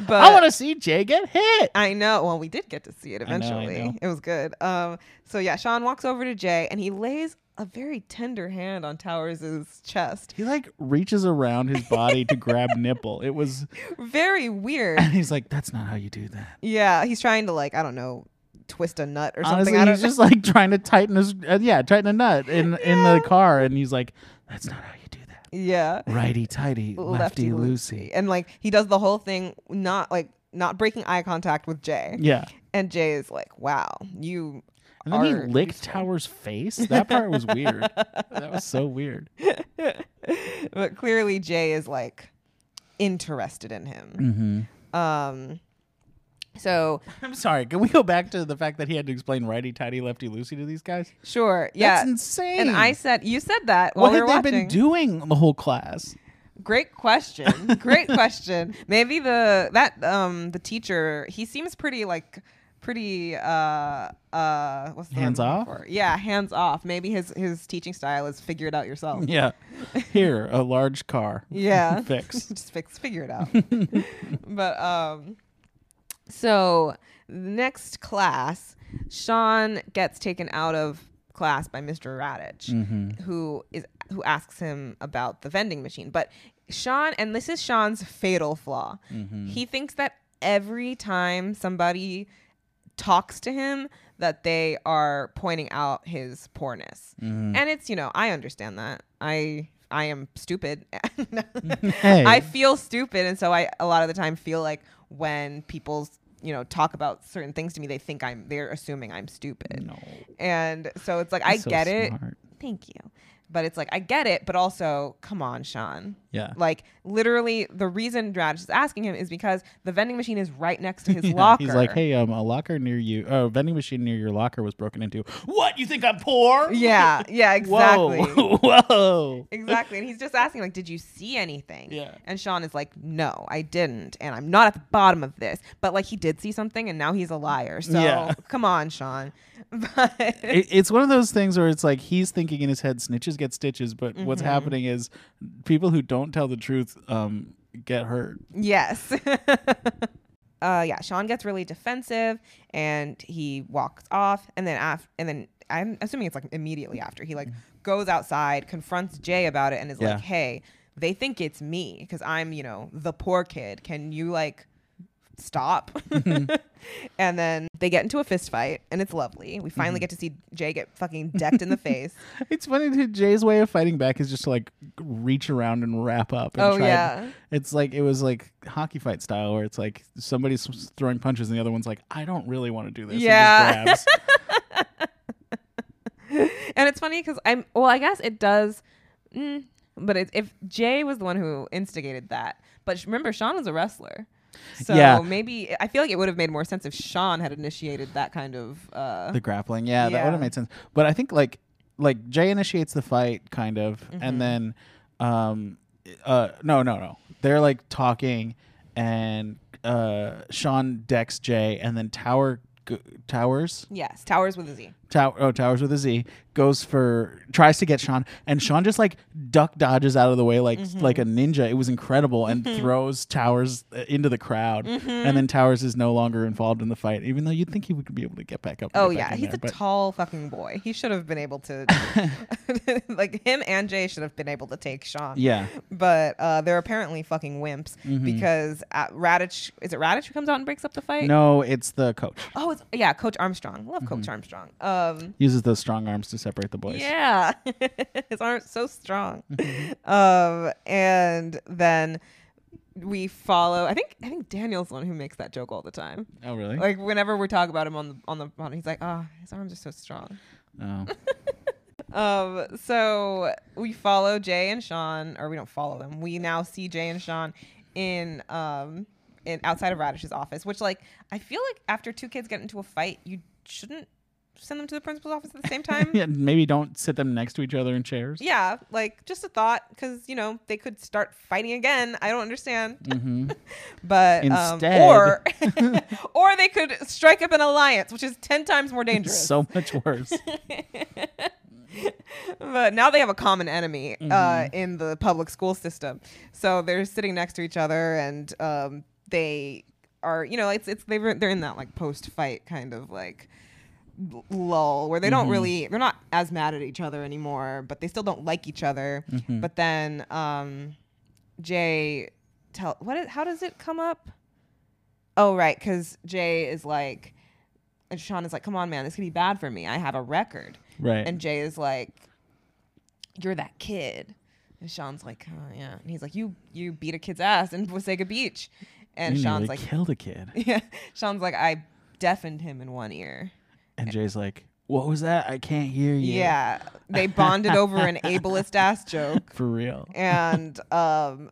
S1: but
S2: I want to see Jay get hit.
S1: I know. Well, we did get to see it
S2: I know, I
S1: eventually.
S2: know.
S1: It was good. Um, so yeah, Sean walks over to Jay and he lays a very tender hand on Towers' chest.
S2: He like reaches around his body to grab nipple. It was,
S1: Very weird.
S2: and he's like, "That's not how you do that."
S1: Yeah, he's trying to like I don't know, twist a nut or something.
S2: Honestly,
S1: I don't
S2: he's just like trying to tighten his, uh, yeah, tighten a nut in in the car, and he's like, "That's not how you do that."
S1: yeah,
S2: Righty tighty, lefty loosey.
S1: and like he does the whole thing not like not breaking eye contact with Jay.
S2: Yeah,
S1: and Jay is like, "Wow, you."
S2: and then he
S1: are
S2: licked Tower's face. That part was weird. that was so weird.
S1: but clearly Jay is like interested in him.
S2: Mm-hmm.
S1: Um, so
S2: I'm sorry. Can we go back to the fact that he had to explain righty tighty, lefty loosey to these guys?
S1: sure, yeah,
S2: That's insane.
S1: And I said, you said that while
S2: what
S1: we
S2: had
S1: were
S2: they
S1: watching.
S2: been doing the whole class?
S1: Great question. Great question. Maybe the that um the teacher he seems pretty like pretty uh uh what's the word I'm
S2: Hands
S1: looking
S2: off?
S1: for? Yeah, hands off. Maybe his his teaching style is figure it out yourself.
S2: Yeah. Here, a large car.
S1: Yeah.
S2: Fix.
S1: Just fix figure it out. but um so next class, Sean gets taken out of class by Mr. Radich, who is who asks him about the vending machine. But Sean, and this is Sean's fatal flaw. He thinks that every time somebody talks to him that they are pointing out his poorness. And it's, you know, I understand that. I I am stupid.
S2: Hey.
S1: I feel stupid and so I a lot of the time feel like when people, you know, talk about certain things to me, they think I'm they're assuming I'm stupid.
S2: No.
S1: And so it's like I
S2: so
S1: get it.
S2: smart.
S1: Thank you. But it's like I get it, but also, come on, Sean.
S2: Yeah.
S1: Like literally, the reason Dradish is asking him is because the vending machine is right next to his
S2: Yeah,
S1: locker.
S2: He's like, hey, um, a locker near you, oh, a vending machine near your locker was broken into. What? You think I'm poor?
S1: Yeah, yeah,
S2: Whoa.
S1: exactly.
S2: Whoa.
S1: Exactly. And he's just asking, like, did you see anything?
S2: Yeah.
S1: And Sean is like, no, I didn't. And I'm not at the bottom of this. But, like, he did see something and now he's a liar. So,
S2: Yeah.
S1: come on, Sean. But,
S2: It, it's one of those things where it's like he's thinking in his head, snitches get stitches, but what's
S1: Mm-hmm.
S2: happening is people who don't tell the truth um, get hurt.
S1: yes. uh, yeah, Sean gets really defensive and he walks off. And then, af- and then I'm assuming it's like immediately after he, like, goes outside, confronts Jay about it, and is
S2: Yeah.
S1: like, hey, they think it's me because I'm, you know, the poor kid. Can you, like, stop. and then they get into a fist fight, and it's lovely. We finally get to see Jay get fucking decked in the face.
S2: It's funny too. Jay's way of fighting back is just to like reach around and wrap up. And
S1: Oh,
S2: try
S1: yeah.
S2: it's like it was like hockey fight style where it's like somebody's s- throwing punches and the other one's like, I don't really want to do this. and just
S1: Yeah.
S2: grabs.
S1: And it's funny because I'm, well, I guess it does, mm, but it, if Jay was the one who instigated that, but sh- remember, Sean was a wrestler. So
S2: Yeah.
S1: maybe I feel like it would have made more sense if Sean had initiated that kind of. Uh,
S2: the grappling. Yeah, that
S1: Yeah.
S2: would have made sense. But I think like like Jay initiates the fight kind of
S1: Mm-hmm.
S2: and then um uh no no no. They're like talking and uh Sean decks Jay and then Tower g- Towers
S1: yes, Towers with a Z.
S2: Tower oh Towers with a Z goes for tries to get Sean and Sean just like duck dodges out of the way like
S1: Mm-hmm.
S2: like a ninja. It was incredible and throws Towers uh, into the crowd
S1: Mm-hmm.
S2: and then Towers is no longer involved in the fight even though you'd think he would be able to get back up. and
S1: Oh
S2: get back
S1: yeah,
S2: in
S1: he's
S2: there,
S1: a
S2: but-
S1: tall fucking boy. He should have been able to, like him and Jay should have been able to take Sean.
S2: Yeah. Mm-hmm.
S1: but uh, they're apparently fucking wimps because uh Radich is it Radich who comes out and breaks up the fight?
S2: No, Mm-hmm. it's the coach.
S1: Oh, it's yeah, Coach Armstrong. Love Coach Armstrong. Um,
S2: Uses those strong arms to separate the boys.
S1: yeah, his arm's so strong. Um, and then we follow. I think I think Daniel's the one who makes that joke all the time.
S2: Oh, really?
S1: Like whenever we talk about him on the on the on, he's like, ah, his arms are so strong.
S2: oh.
S1: Um, so we follow Jay and Sean, or we don't follow them. We now see Jay and Sean in um in outside of Radish's office, which like I feel like after two kids get into a fight, you shouldn't send them to the principal's office at the same time. yeah.
S2: yeah, maybe don't sit them next to each other in chairs.
S1: like just a thought, because you know they could start fighting again. I don't understand,
S2: Mhm.
S1: but
S2: Instead-
S1: um, or or they could strike up an alliance, which is ten times more
S2: It's
S1: dangerous.
S2: so much worse.
S1: but now they have a common enemy uh, in the public school system. So they're sitting next to each other, and um, they are, you know, it's it's they were, they're in that like post fight kind of like l- lull where they don't really they're not as mad at each other anymore, but they still don't like each other. But then um, Jay tell what is, how does it come up? Oh right, because Jay is like. And Sean is like, come on, man, this could be bad for me. I have a record.
S2: right.
S1: And Jay is like, "You're that kid." And Sean's like, oh, "Yeah." And he's like, "You you beat a kid's ass in Wasega Beach." And
S2: you
S1: Sean's
S2: nearly
S1: like,
S2: killed a kid.
S1: "Yeah." Sean's like, "I deafened him in one ear."
S2: And Jay's like, what was that? I can't hear you.
S1: Yeah. They bonded over an ableist ass joke,
S2: For real.
S1: and um,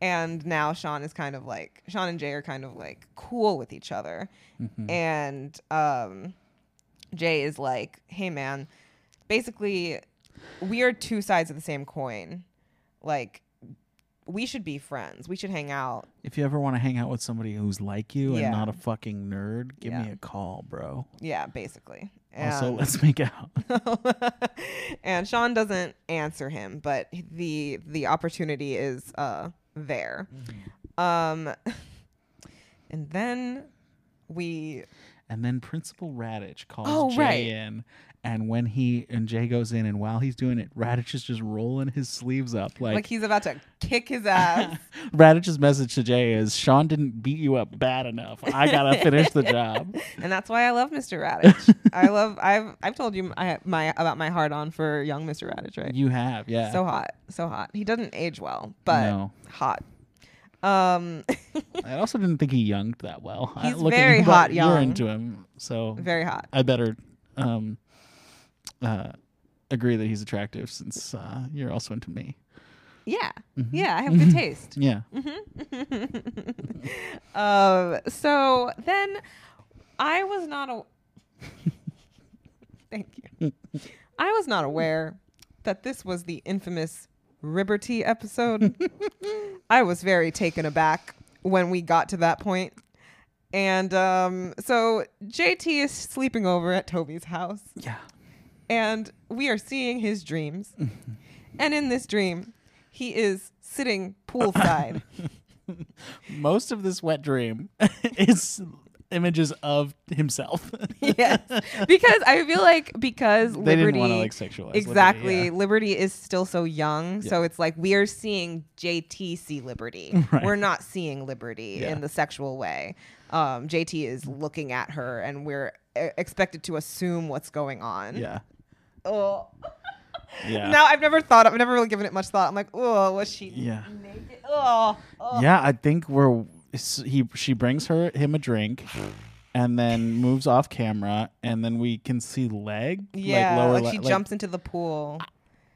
S1: and now Sean is kind of like Sean and Jay are kind of like cool with each other, and um. Jay is like, hey man, basically we are two sides of the same coin. Like we should be friends. We should hang out.
S2: If you ever want to hang out with somebody who's like you
S1: Yeah.
S2: and not a fucking nerd, give
S1: Yeah.
S2: me a call, bro.
S1: Yeah, basically.
S2: Also,
S1: And,
S2: let's make out.
S1: and Sean doesn't answer him, but the the opportunity is uh
S2: Mm-hmm.
S1: there. Um and then we
S2: And then Principal Radich calls
S1: Oh,
S2: Jay
S1: right.
S2: in, and when he and Jay goes in, and while he's doing it, Radich is just rolling his sleeves up
S1: Like,
S2: like.
S1: he's about to kick his ass.
S2: Radich's message to Jay is Sean didn't beat you up bad enough. I gotta finish the job.
S1: and that's why I love Mr. Radich. I love I've I've told you my, my about my hard on for young Mr. Radich, right?
S2: You have, yeah.
S1: So hot, so hot. He doesn't age well, but
S2: No.
S1: hot. Um,
S2: I also didn't think he younged that well. I-
S1: He's
S2: looking-
S1: very
S2: but
S1: hot
S2: You're
S1: young.
S2: into him, so
S1: very hot.
S2: I better um, uh, agree that he's attractive since uh, you're also into me.
S1: Yeah,
S2: Mm-hmm.
S1: yeah. I have good taste.
S2: Yeah,
S1: Um, so then I was not a. Thank you. I was not aware that this was the infamous Liberty episode. I was very taken aback when we got to that point. And um, so JT is sleeping over at Toby's house,
S2: yeah.
S1: and we are seeing his dreams. and in this dream, he is sitting poolside.
S2: Most of this wet dream is images of himself.
S1: yes, because I feel like because
S2: They
S1: Liberty
S2: didn't wanna, like, sexualize Liberty,
S1: exactly. Liberty,
S2: yeah.
S1: is still so young, so it's like we are seeing JTC Liberty.
S2: Right.
S1: We're not seeing Liberty
S2: Yeah.
S1: in the sexual way. Um, JT is looking at her, and we're uh, expected to assume what's going on.
S2: yeah,
S1: Oh.
S2: yeah,
S1: Now I've never thought. I've never really given it much thought. I'm like, oh, was she
S2: yeah,
S1: naked? Oh, oh.
S2: yeah. I think we're s- he. She brings her him a drink. And then moves off camera, and then we can see leg.
S1: yeah.
S2: like, lower
S1: Like,
S2: le-
S1: she jumps into the pool.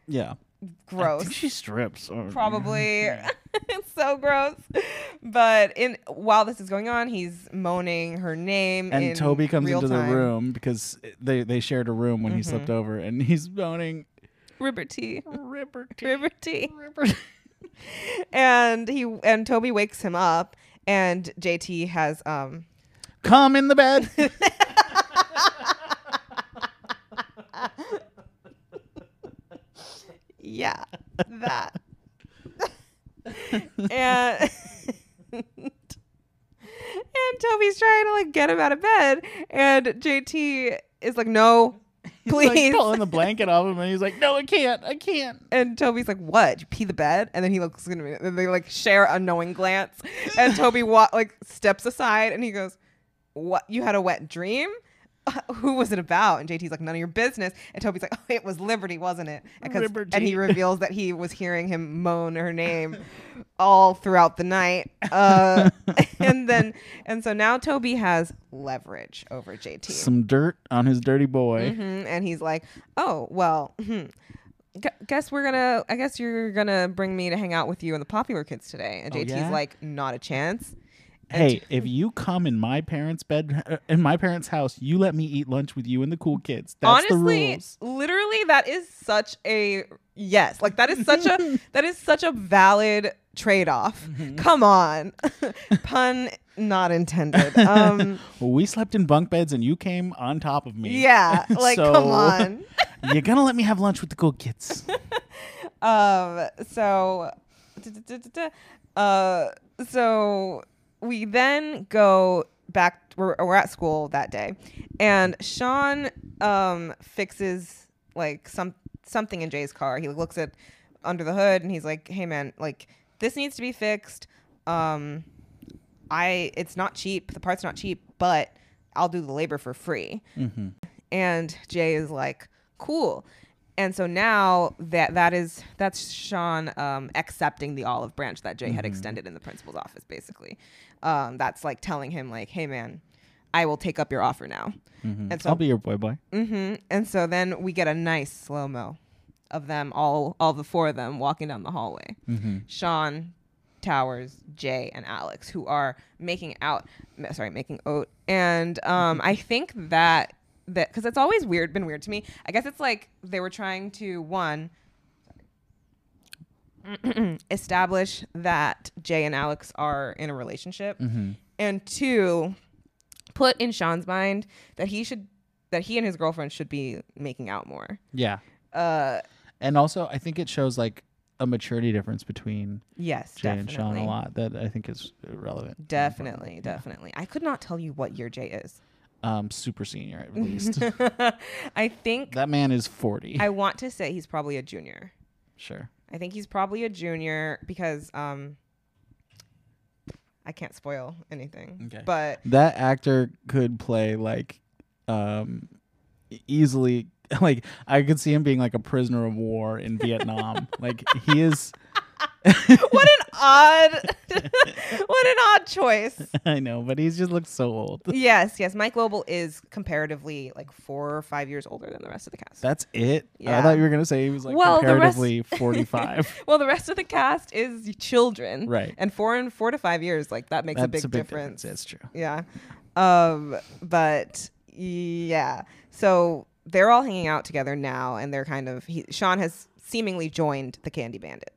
S2: Yeah, I
S1: Gross.
S2: think she strips. Or,
S1: probably
S2: Mm-hmm.
S1: it's so gross but in while this is going on he's moaning her name
S2: and
S1: in
S2: Toby comes
S1: real
S2: into
S1: time. Mm-hmm.
S2: the room because they they shared a room when he slept over, and he's moaning
S1: liberty
S2: Liberty,
S1: liberty
S2: Liberty.
S1: and he and Toby wakes him up and JT has um
S2: Come in the bed.
S1: yeah that and and Toby's trying to like get him out of bed and JT is like no
S2: He's, like,
S1: please
S2: pulling the blanket off him, and he's like, "No, I can't, I can't."
S1: And Toby's like, "What? You pee the bed?" And then he looks at me, and they like share a knowing glance. And Toby wa- like steps aside, and he goes, "What? You had a wet dream? Who was it about?" And JT's like, "None of your business." And Toby's like, "Oh, it was Liberty, wasn't it?" And 'cause-
S2: Liberty.
S1: And he reveals that he was hearing him moan her name all throughout the night. Uh, and then, and so now Toby has leverage over JT.
S2: Some dirt on his dirty boy.
S1: Mhm, and he's like, "Oh well, hmm, gu- guess we're gonna. I guess you're gonna bring me to hang out with you and the popular kids today." And
S2: Oh,
S1: JT's
S2: yeah?
S1: like, "Not a chance." Mm-hmm.
S2: Hey, if you come in my parents' bed, uh, in my parents' house, you let me eat lunch with you and the cool kids. That's the
S1: Honestly,
S2: rules.
S1: literally, that is such a yes. Like that is such a that is such a valid trade off.
S2: Mm-hmm.
S1: Come on, pun not intended. Um,
S2: We slept in bunk beds, and you came on top of me.
S1: yeah, like come
S2: So-
S1: on.
S2: You're gonna let me have lunch with the cool kids.
S1: Um, so, uh, so we then go back. We're, we're at school that day, and Sean um fixes like some something in Jay's car. He looks at under the hood, and he's like, "Hey, man, like this needs to be fixed. Um, I it's not cheap. The part's not cheap, but I'll do the labor for free." and Jay is like, "Cool." And so now that that is that's Sean um, accepting the olive branch that Jay had extended in the principal's office, basically. Um, that's like telling him like, "Hey, man, I will take up your offer now." And so
S2: I'll be your boy, boy.
S1: hmm And so then we get a nice slow mo of them all, all the four of them walking down the hallway. Sean, Towers, Jay, and Alex, who are making out. m- Sorry, making oat. And um, I think that that because it's always weird, been weird to me. I guess it's like they were trying to one establish that Jay and Alex are in a relationship,
S2: Mm-hmm.
S1: and two put in Sean's mind that he should that he and his girlfriend should be making out more.
S2: Yeah.
S1: Uh
S2: And also, I think it shows like a maturity difference between
S1: yes,
S2: Jay and
S1: definitely.
S2: Sean a lot that I think is relevant.
S1: Definitely, definitely. I could not tell you what year Jay is.
S2: um, super senior at least.
S1: I think
S2: that man is forty.
S1: I want to say he's probably a junior.
S2: sure.
S1: I think he's probably a junior because um I can't spoil anything.
S2: Okay.
S1: But
S2: That actor could play like um e- easily like I could see him being like a prisoner of war in Vietnam. like he is
S1: what an odd what an odd choice.
S2: I know, but he just looks so old.
S1: Yes, yes. Mike Global is comparatively like four or five years older than the rest of the cast.
S2: That's it. I
S1: Yeah.
S2: thought you were gonna say he was like
S1: Well, the rest-
S2: comparatively forty five.
S1: well, the rest of the cast is children.
S2: Right.
S1: And four and four to five years, like that makes
S2: That's
S1: a big, difference.
S2: That's true.
S1: Yeah. Um, but yeah. So they're all hanging out together now, and they're kind of he, Sean has seemingly joined the Candy Bandits.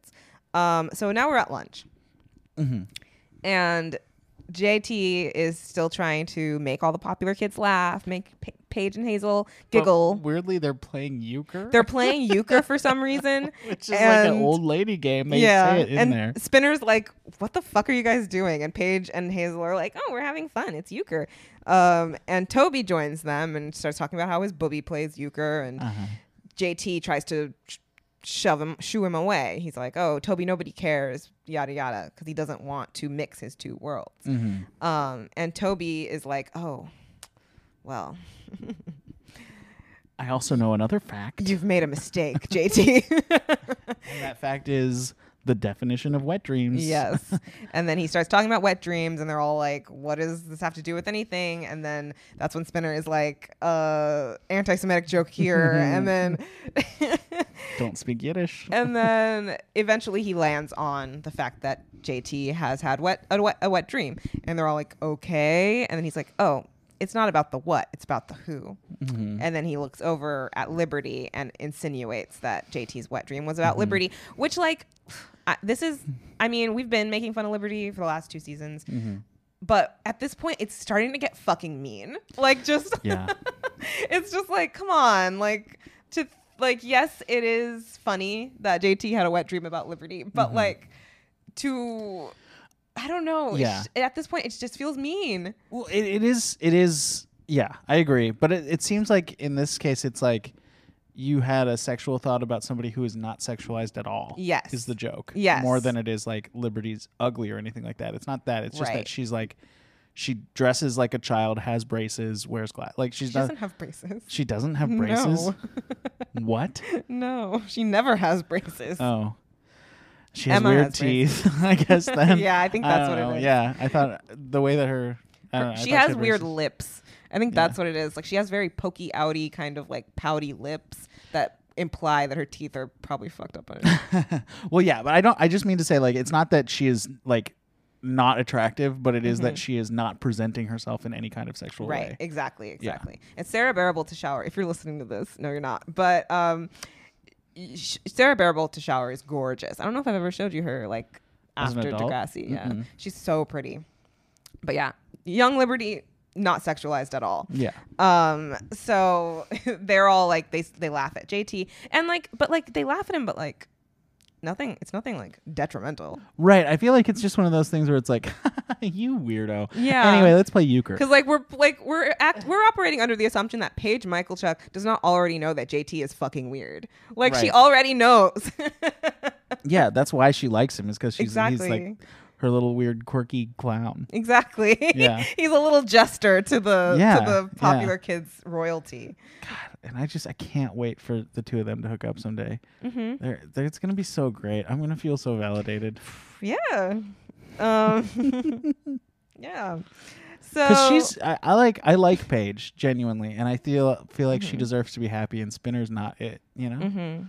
S1: Um, so now we're at lunch,
S2: Mm-hmm.
S1: and JT is still trying to make all the popular kids laugh, make Pa- Paige and Hazel
S2: But
S1: giggle.
S2: weirdly, they're playing euchre.
S1: they're playing euchre for some reason,
S2: which is like an
S1: and-
S2: old lady game. They say it in
S1: and
S2: there.
S1: Spinner's like, "What the fuck are you guys doing?" And Paige and Hazel are like, "Oh, we're having fun. It's euchre." Um, and Toby joins them and starts talking about how his booby plays euchre, and
S2: Uh-huh.
S1: JT tries to sh- shove him, shoo him away. He's like, "Oh, Toby, nobody cares." Yada yada, because he doesn't want to mix his two worlds.
S2: Mm-hmm.
S1: Um, and Toby is like, "Oh, well,
S2: I also know another fact.
S1: you've made a mistake, JT."
S2: and that fact is the definition of wet dreams.
S1: Yes. and then he starts talking about wet dreams, and they're all like, what does this have to do with anything? And then that's when Spinner is like, uh, anti Semitic joke here. and then.
S2: Don't speak Yiddish.
S1: And then eventually he lands on the fact that JT has had wet a, wet a wet dream, and they're all like, "Okay." And then he's like, "Oh, it's not about the what; it's about the who." And then he looks over at Liberty and insinuates that JT's wet dream was about Liberty, which, like, I, this is. I mean, we've been making fun of Liberty for the last two seasons. But at this point, it's starting to get fucking mean. Like, just
S2: yeah.
S1: it's just like, come on, like to like, yes, it is funny that JT had a wet dream about Liberty,
S2: Mm-hmm.
S1: but like to, I don't know. It's
S2: Yeah.
S1: just- at this point, it just feels mean.
S2: Well, it, it is. It is. Yeah, I agree. But it, it seems like in this case, it's like you had a sexual thought about somebody who is not sexualized at all.
S1: Yes.
S2: is the joke.
S1: Yes.
S2: more than it is like Liberty's ugly or anything like that. It's not that. It's just
S1: Right.
S2: that she's like she dresses like a child, has braces, wears glass. Like she's
S1: She
S2: not.
S1: doesn't have braces.
S2: she doesn't have braces.
S1: No,
S2: what?
S1: no, she never has braces.
S2: Oh. She has
S1: Emma
S2: weird
S1: has braces.
S2: teeth, I guess. Then
S1: Yeah, I think
S2: don't
S1: that's what it
S2: know.
S1: is.
S2: Yeah, I thought the way that her, I don't know, I
S1: she
S2: thought
S1: has
S2: had
S1: weird
S2: braces.
S1: lips. I think that's what it is. Like she has very pokey outy kind of like pouty lips that imply that her teeth are probably fucked up.
S2: well, yeah, but I don't. I just mean to say, like, it's not that she is like not attractive, but it is that she is not presenting herself in any kind of sexual
S1: Mm-hmm. Right.
S2: way.
S1: Exactly. Exactly. And Sarah Bearable to shower. If you're listening to this, no, you're not. But um, y- sh- Sarah Bearable to shower is gorgeous. I don't know if I've ever showed you her like
S2: As an
S1: after
S2: adult?
S1: Degrassi. Yeah, she's so pretty. But yeah, Young Liberty not sexualized at all.
S2: Yeah,
S1: Um, so they're all like they they laugh at JT and like, but like they laugh at him, but like nothing. It's nothing like detrimental.
S2: right. I feel like it's just one of those things where it's like, you weirdo.
S1: Yeah.
S2: Anyway, let's play euchre.
S1: Because like we're like we're act we're operating under the assumption that Paige Michaelchuk does not already know that JT is fucking weird. Like she
S2: Right.
S1: already knows.
S2: Yeah, that's why she likes him is because she's he's like
S1: Exactly.
S2: her little weird quirky clown.
S1: exactly.
S2: Yeah.
S1: He's a little jester to the
S2: Yeah,
S1: to the
S2: yeah.
S1: popular kids royalty.
S2: And I just I can't wait for the two of them to hook up someday. Mm-hmm. They're, they're, it's gonna be so great. I'm gonna feel so validated.
S1: Yeah. Um Yeah. So
S2: because she's I, I like I like Paige genuinely, and I feel feel like she deserves to be happy, and Spinner's not it. You know,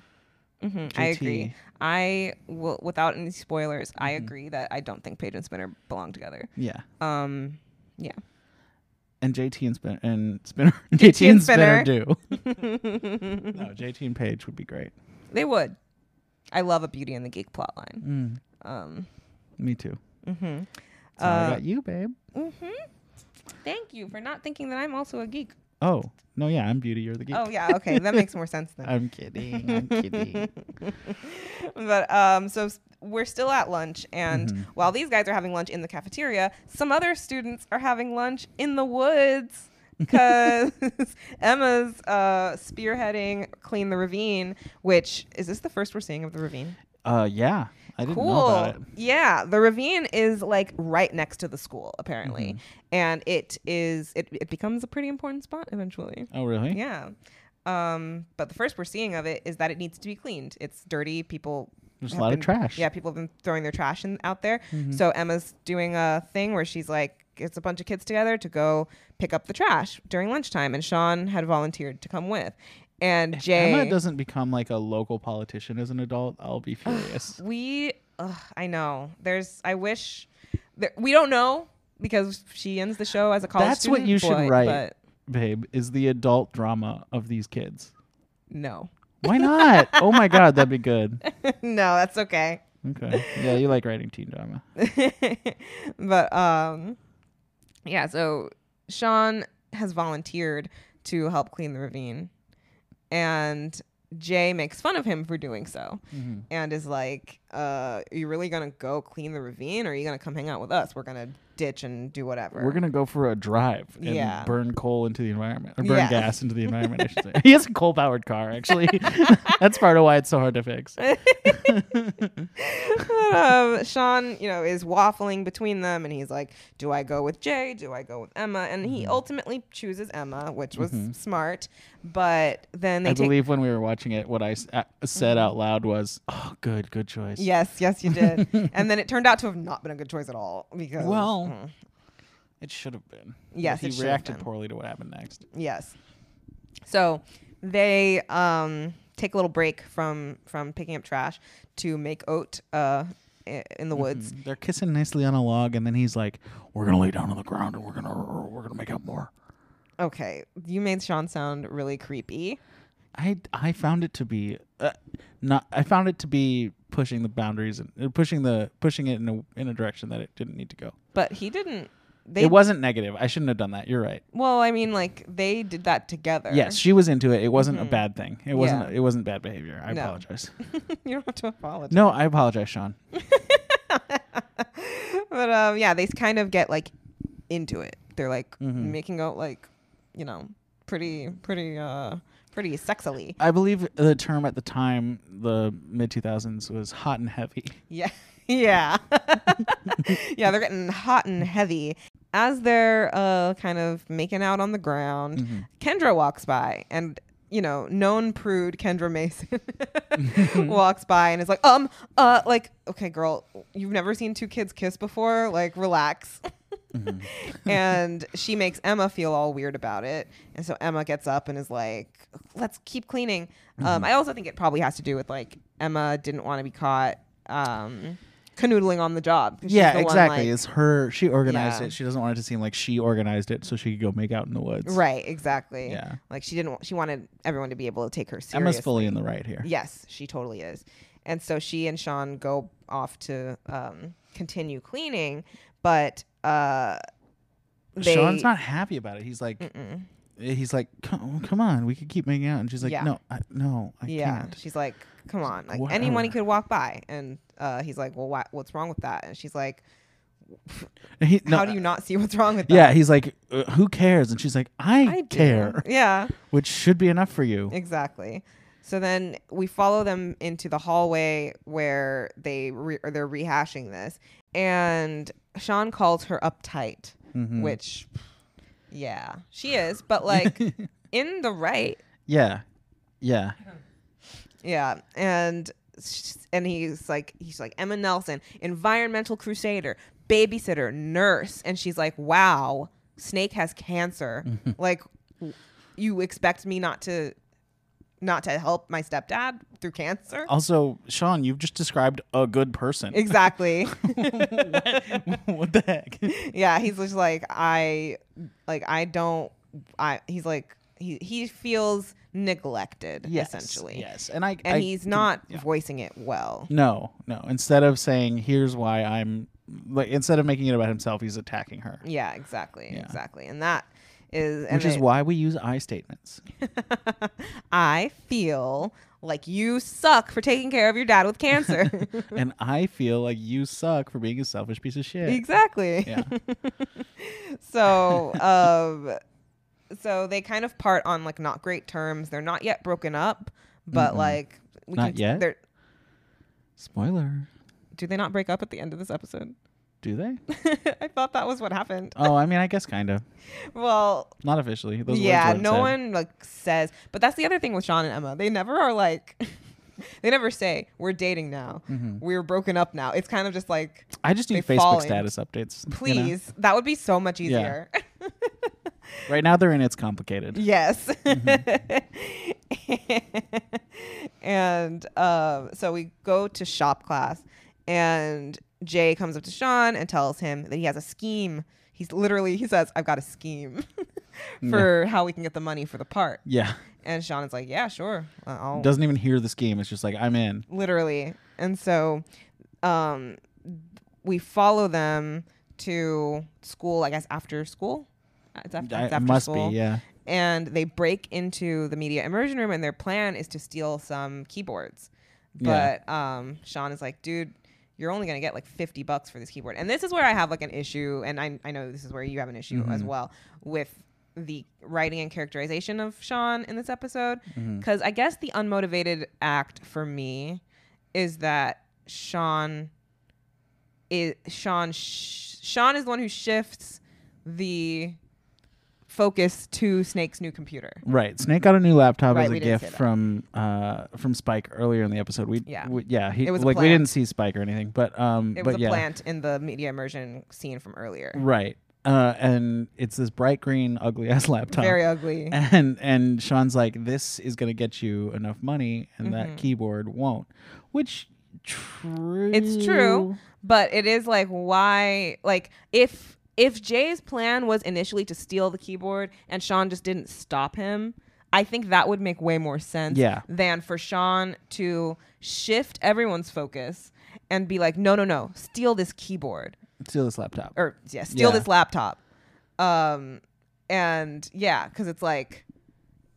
S1: Mhm, I
S2: JT.
S1: agree. I will without any spoilers, I
S2: Mm-hmm.
S1: agree that I don't think Paige and Spinner belong together.
S2: yeah.
S1: Um yeah.
S2: And JT and Spinner and Spinner, JT and Spinner, do. no, JT and Paige would be great.
S1: They would. I love a Beauty and the Geek plotline.
S2: Me too. Mm-hmm. That's all I got you, babe.
S1: Thank you for not thinking that I'm also a geek.
S2: Oh no, yeah, I'm beauty. You're the geek.
S1: Oh yeah, okay, that makes more sense then.
S2: I'm kidding. I'm kidding.
S1: But um, so s- we're still at lunch, and
S2: Mm-hmm.
S1: while these guys are having lunch in the cafeteria, some other students are having lunch in the woods. because Emma's uh, spearheading Clean the Ravine, which is this the first we're seeing of the ravine?
S2: Uh, yeah, I didn't know about
S1: Cool.
S2: it.
S1: Yeah, the ravine is like right next to the school apparently,
S2: Mm-hmm.
S1: and it is it, it becomes a pretty important spot eventually.
S2: Oh, really?
S1: Yeah. Um, but the first we're seeing of it is that it needs to be cleaned. It's dirty. People.
S2: There's a
S1: have
S2: lot of
S1: been-
S2: trash. Mm-hmm.
S1: Yeah, people have been throwing their trash in, out there. So Emma's doing a thing where she's like gets a bunch of kids together to go pick up the trash during lunchtime, and Sean had volunteered to come with. And Jay,
S2: Emma doesn't become like a local politician as an adult. I'll be furious.
S1: we, ugh, I know. There's. I wish. There, we don't know because she ends the show as a college.
S2: That's what
S1: student,
S2: you should
S1: boy,
S2: write,
S1: But
S2: babe. Is the adult drama of these kids?
S1: no,
S2: Why not? oh my god, that'd be good.
S1: no, that's okay.
S2: Okay. Yeah, you like writing teen drama.
S1: but um yeah so sean has volunteered to help clean the ravine and jay makes fun of him for doing so
S2: Mm-hmm.
S1: and is like uh are you really gonna go clean the ravine or are you gonna come hang out with us we're gonna ditch and do whatever
S2: We're gonna go for a drive and
S1: Yeah.
S2: burn coal into the environment, or burn
S1: Yeah.
S2: gas into the environment. I should say. He has a coal-powered car, actually. That's part of why it's so hard to fix.
S1: um, Sean, you know, is waffling between them, and he's like, "Do I go with Jay? Do I go with Emma?" And he
S2: Mm-hmm.
S1: ultimately chooses Emma, which was smart. But then they
S2: I
S1: take.
S2: believe when we were watching it, what I s- a- said out loud was, "Oh, good, good choice."
S1: Mm-hmm. yes, yes, you did. and then it turned out to have not been a good choice at all because.
S2: Well,
S1: Mm,
S2: it should have been.
S1: Yes,
S2: he
S1: it should have
S2: reacted
S1: been.
S2: poorly to what happened next.
S1: yes. So they um, take a little break from from picking up trash to make oat uh, i- in the
S2: Mm-hmm.
S1: woods.
S2: They're kissing nicely on a log, and then he's like, "We're gonna lay down on the ground, and we're gonna we're gonna make out more."
S1: Okay, you made Sean sound really creepy.
S2: I I found it to be uh, not. I found it to be pushing the boundaries and uh, pushing the pushing it in a in a direction that it didn't need to go.
S1: But he didn't. They
S2: it wasn't negative. I shouldn't have done that. You're right.
S1: Well, I mean, like they did that together.
S2: Yes, she was into it. It wasn't a bad thing. It wasn't.
S1: Mm-hmm. Yeah.
S2: It wasn't bad behavior. I
S1: No.
S2: apologize.
S1: you don't have to apologize.
S2: no, I apologize, Sean.
S1: But um, yeah, they kind of get like into it. They're like
S2: Mm-hmm.
S1: making out like, you know, pretty, pretty, uh, pretty sexily.
S2: I believe the term at the time, the mid 2000s, was hot and heavy.
S1: Yeah. Yeah. yeah, they're getting hot and heavy. As they're uh, kind of making out on the ground,
S2: Mm-hmm.
S1: Kendra walks by and, you know, known prude Kendra Mason walks by and is like, um, uh, like, okay, girl, you've never seen two kids kiss before. Like, relax.
S2: Mm-hmm.
S1: and she makes Emma feel all weird about it. And so Emma gets up and is like, let's keep cleaning.
S2: Mm-hmm.
S1: Um, I also think it probably has to do with like Emma didn't want to be caught um, canoodling on the job. She's
S2: yeah,
S1: the one,
S2: exactly.
S1: like-
S2: it's her. She organized
S1: Yeah.
S2: it. She doesn't want it to seem like she organized it so she could go make out in the woods.
S1: right, exactly.
S2: Yeah.
S1: Like she didn't, wa- she wanted everyone to be able to take her seriously.
S2: Emma's fully in the right here.
S1: Yes, she totally is. And so she and Sean go off to um, continue cleaning, but uh, they,
S2: Sean's not happy about it. He's like, eh, he's like, come, oh, come on, we could keep making out. And she's like,
S1: Yeah.
S2: no, I, no, I
S1: Yeah,
S2: can't.
S1: she's like, come on, like
S2: Whatever.
S1: anyone he could walk by, and uh, he's like, well, why, what's wrong with that? And she's like,
S2: And he-
S1: how
S2: no, uh,
S1: do you not see what's wrong with
S2: Yeah,
S1: that?
S2: he's like, uh, who cares? And she's like, I,
S1: I do.
S2: care,
S1: Yeah,
S2: which should be enough for you.
S1: exactly. So then we follow them into the hallway where they re- or they're rehashing this, and Sean calls her uptight, which, yeah, she is, but like in the right,
S2: yeah, yeah.
S1: Yeah, and sh- and he's like he's like Emma Nelson, environmental crusader, babysitter, nurse, and she's like, "Wow, Snake has cancer. like, w- you expect me not to not to help my stepdad through cancer?"
S2: Oh. Also, Sean, you've just described a good person.
S1: Exactly.
S2: what the heck?
S1: yeah, he's just like I like I don't I he's like he he feels neglected essentially.
S2: Yes, and I
S1: And
S2: I
S1: he's
S2: can-
S1: not voicing it well.
S2: No, no. Instead of saying, "Here's why I'm," like instead of making it about himself, he's attacking her,
S1: Yeah, exactly.
S2: Yeah.
S1: Exactly. And that is and
S2: which is
S1: it-
S2: why we use I statements.
S1: I feel like you suck for taking care of your dad with cancer.
S2: and I feel like you suck for being a selfish piece of shit.
S1: exactly.
S2: Yeah.
S1: So, um so they kind of part on like not great terms. They're not yet broken up, but like we
S2: Not
S1: can t-
S2: yet?
S1: they're-
S2: Spoiler.
S1: do they not break up at the end of this episode?
S2: Do they?
S1: I thought that was what happened.
S2: oh, I mean, I guess kind of.
S1: Well,
S2: Not officially. Those
S1: yeah,
S2: words weren't
S1: no
S2: said.
S1: one like says. But that's the other thing with Sean and Emma. They never are like they never say we're dating now.
S2: Mm-hmm.
S1: We're broken up now. It's kind of just like
S2: I just need
S1: they
S2: Facebook
S1: fall in.
S2: status updates. you know?
S1: please. That would be so much easier.
S2: Right now, they're in. It's complicated.
S1: Yes. and um, so we go to shop class, and Jay comes up to Sean and tells him that he has a scheme. He's literally, he says, I've got a scheme for how we can get the money for the part.
S2: Yeah.
S1: And Sean is like, Yeah, sure. Uh, I'll
S2: Doesn't even hear the scheme. It's just like I'm in.
S1: literally. And so um, we follow them to school, I guess, after school. Uh, It's after,
S2: I-
S1: it's
S2: it
S1: after
S2: must
S1: school
S2: be. Yeah.
S1: and they break into the media immersion room and their plan is to steal some keyboards
S2: Yeah.
S1: but um, sean is like dude you're only going to get like 50 bucks for this keyboard and this is where i have like an issue and i, I know this is where you have an issue as well with the writing and characterization of sean in this episode because i guess the unmotivated act for me is that sean is sean sh- sean is the one who shifts the focus to Snake's new computer.
S2: Right. Snake got a new laptop
S1: Right,
S2: as a
S1: we didn't say
S2: gift
S1: that.
S2: from uh from Spike earlier in the episode. We
S1: Yeah.
S2: we- yeah. He,
S1: It was a
S2: like we
S1: plant.
S2: didn't see Spike or anything, but um
S1: It
S2: but
S1: was a
S2: yeah.
S1: plant in the media immersion scene from earlier.
S2: Right. Uh and it's this bright green ugly ass laptop.
S1: Very ugly.
S2: and and Sean's like this is going to get you enough money and
S1: Mm-hmm.
S2: that keyboard won't. Which true.
S1: It's true, but it is like why like if if Jay's plan was initially to steal the keyboard and Sean just didn't stop him, I think that would make way more sense
S2: Yeah.
S1: than for Sean to shift everyone's focus and be like, "No, no, no, steal this keyboard."
S2: Steal this laptop.
S1: or yeah, steal
S2: Yeah.
S1: this laptop. Um, and yeah, because it's like,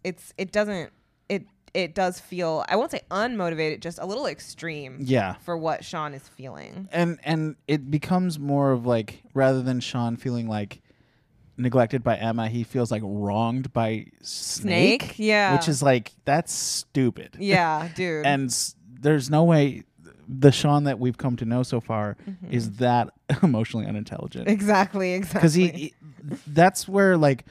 S1: it's it doesn't it it does feel I won't say unmotivated, just a little extreme.
S2: Yeah.
S1: For what Sean is feeling.
S2: and and it becomes more of like rather than Sean feeling like neglected by Emma, he feels like wronged by Snake.
S1: Snake, yeah.
S2: which is like that's stupid.
S1: Yeah, dude.
S2: and s- there's no way the Sean that we've come to know so far
S1: Mm-hmm.
S2: is that emotionally unintelligent
S1: exactly, exactly.
S2: because he, he- that's where like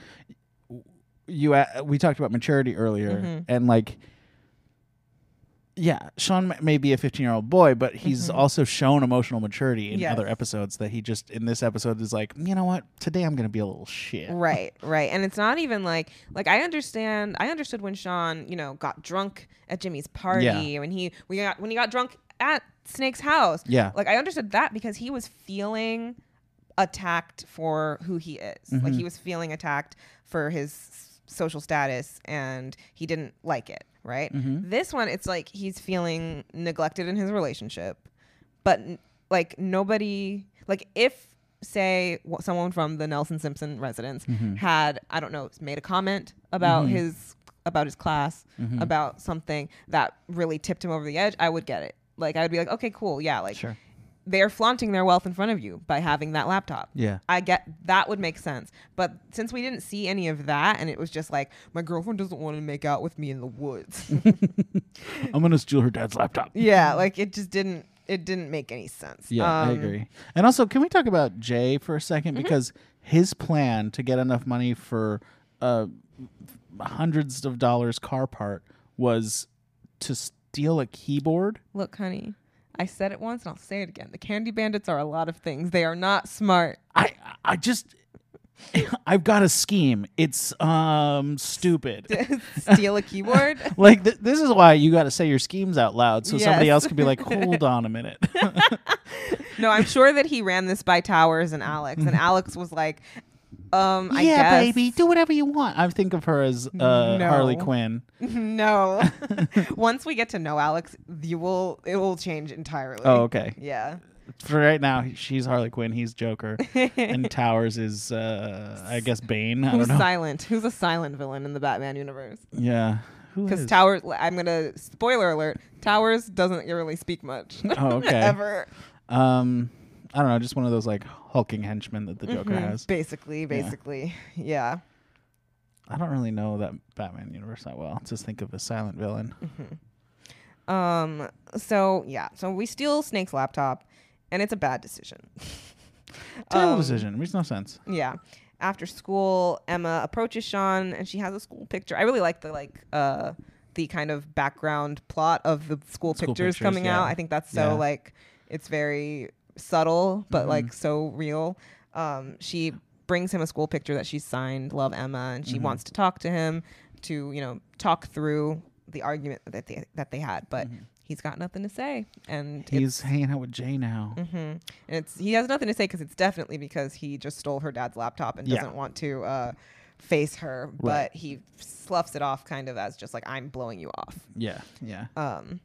S2: you a- we talked about maturity earlier
S1: Mm-hmm.
S2: and like yeah sean m- may be a 15 year old boy but he's also shown emotional maturity in
S1: Mm-hmm. Yes.
S2: other episodes that he just in this episode is like you know what today i'm gonna be a little shit
S1: right right and it's not even like like i understand i understood when sean you know got drunk at jimmy's party
S2: Yeah.
S1: when he we got when he got drunk at snake's house
S2: Yeah.
S1: like i understood that because he was feeling attacked for who he is
S2: Mm-hmm.
S1: like he was feeling attacked for his s- social status and he didn't like it right
S2: Mm-hmm.
S1: this one it's like he's feeling neglected in his relationship but n- like nobody like if say wh- someone from the Nelson Simpson residence
S2: Mm-hmm.
S1: had I don't know made a comment about his about his class
S2: Mm-hmm.
S1: about something that really tipped him over the edge I would get it like I would be like okay cool yeah like
S2: Sure.
S1: they're flaunting their wealth in front of you by having that laptop
S2: Yeah.
S1: I get that would make sense but since we didn't see any of that and it was just like my girlfriend doesn't want to make out with me in the woods
S2: i'm gonna steal her dad's laptop
S1: yeah like it just didn't it didn't make any sense
S2: Yeah, I
S1: Um, Mm-hmm.
S2: agree. And also, can we talk about Jay for a 2nd Because his plan to get enough money for uh, hundreds of dollars car part was to steal a keyboard.
S1: Look, honey, I said it once and I'll say it again. The candy bandits are a lot of things. They are not smart.
S2: I, I just, I've got a scheme. It's um stupid.
S1: Steal a keyboard.
S2: like th- this is why you got to say your schemes out loud, so somebody
S1: Yes.
S2: else can be like, "Hold on a minute."
S1: no, I'm sure that he ran this by Towers and Alex, and Alex was like, um, I
S2: Mm-hmm. yeah,
S1: guess.
S2: baby, do whatever you want. I think of her as uh, Harley
S1: No.
S2: Quinn.
S1: No. Once we get to know Alex, you will it will change entirely.
S2: Oh, okay.
S1: Yeah.
S2: for right now, she's Harley Quinn, he's Joker, and Towers is, uh, I guess, Bane. I
S1: Who's
S2: don't know.
S1: silent? Who's a silent villain in the Batman universe?
S2: yeah, who
S1: Because
S2: is?
S1: Towers, I'm gonna spoiler alert. Towers doesn't really speak much.
S2: Oh, okay.
S1: Ever.
S2: um, I don't know, just one of
S1: Mm-hmm.
S2: those like hulking henchmen that the Joker has.
S1: Basically, basically, yeah.
S2: I don't really know that Batman universe that well. Just think of a silent villain.
S1: Mm-hmm. Um. So yeah. So we steal Snake's laptop, and it's a bad decision.
S2: Terrible
S1: Um,
S2: decision. Makes no sense.
S1: Yeah. After school, Emma approaches Sean, and she has a school picture. I really like the like uh the kind of background plot of the school,
S2: School
S1: pictures,
S2: pictures,
S1: coming out.
S2: yeah.
S1: I think that's so
S2: Yeah. Mm-hmm.
S1: like it's very subtle, but like so real. Um. She brings him a school picture that she signed, "Love Emma," and she
S2: Mm-hmm.
S1: wants to talk to him to you know talk through the argument that they that they had, but. He's got nothing to say, and it's-
S2: Mm-hmm. He's hanging out with Jay now.
S1: Mhm. And it's he has nothing to say because it's definitely because he just stole her dad's laptop and
S2: Yeah.
S1: doesn't want to uh, face her.
S2: Right.
S1: But he sloughs it off kind of as just like I'm blowing you off.
S2: Yeah, yeah.
S1: Um,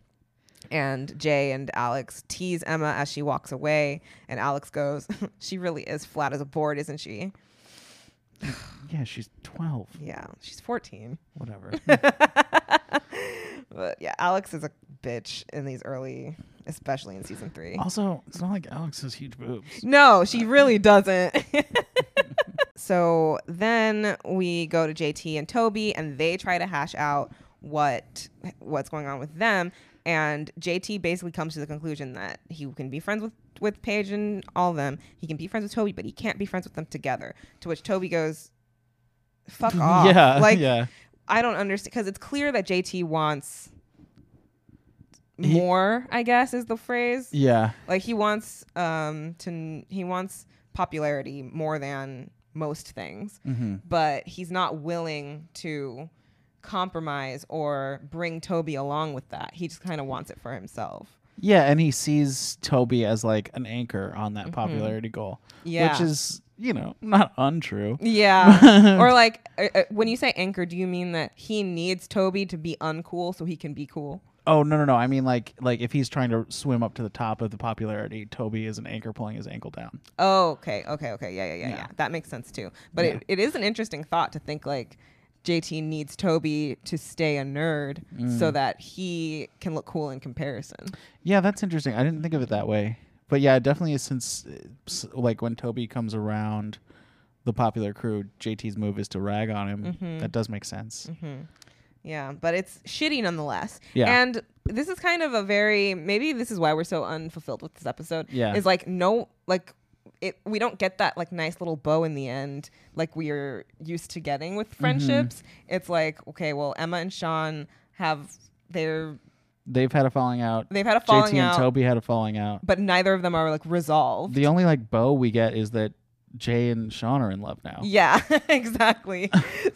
S1: and Jay and Alex tease Emma as she walks away, and Alex goes, "She really is flat as a board, isn't she?"
S2: yeah, she's 12.
S1: Yeah, she's 14.
S2: Whatever.
S1: But yeah, Alex is a bitch in these early, especially in season three.
S2: also, it's not like Alex has huge boobs.
S1: No, she really doesn't. so then we go to JT and Toby, and they try to hash out what what's going on with them. And JT basically comes to the conclusion that he can be friends with with Paige and all of them. He can be friends with Toby, but he can't be friends with them together. To which Toby goes, "Fuck off!"
S2: Yeah,
S1: Ah, like
S2: yeah.
S1: I don't understand because it's clear that JT wants
S2: He-
S1: more. I guess is the phrase
S2: Yeah,
S1: like he wants um to n- he wants popularity more than most things but he's not willing to compromise or bring toby along with that he just kind of wants it for himself
S2: yeah. And he sees Toby as like an anchor on that popularity goal.
S1: Mm-hmm. Yeah.
S2: which is you know not untrue.
S1: yeah or like uh, uh, when you say anchor do you mean that he needs toby to be uncool so he can be cool
S2: Oh no, no, no. I mean like like if he's trying to swim up to the top of the popularity, Toby is an anchor pulling his ankle down.
S1: Oh, okay, okay, okay. Yeah, yeah, yeah, yeah. That makes sense too. But
S2: Yeah.
S1: it, it is an interesting thought to think like JT needs Toby to stay a nerd
S2: Mm.
S1: so that he can look cool in comparison.
S2: Yeah, that's interesting. I didn't think of it that way. But yeah, it definitely is since uh, s- like when Toby comes around the popular crew, JT's move is to rag on him.
S1: Mm-hmm.
S2: That does make sense.
S1: Yeah, but it's shitty nonetheless.
S2: Yeah.
S1: And this is kind of a very maybe this is why we're so unfulfilled with this episode.
S2: Yeah.
S1: Is like no like it we don't get that like nice little bow in the end like we're used to getting with friendships.
S2: Mm-hmm.
S1: It's like, okay, well Emma and Sean have their
S2: They've had a falling out.
S1: They've had a
S2: JT
S1: falling
S2: and
S1: out.
S2: Toby had a falling out.
S1: but neither of them are like resolved.
S2: The only like bow we get is that Jay and Sean are in love now.
S1: yeah, exactly.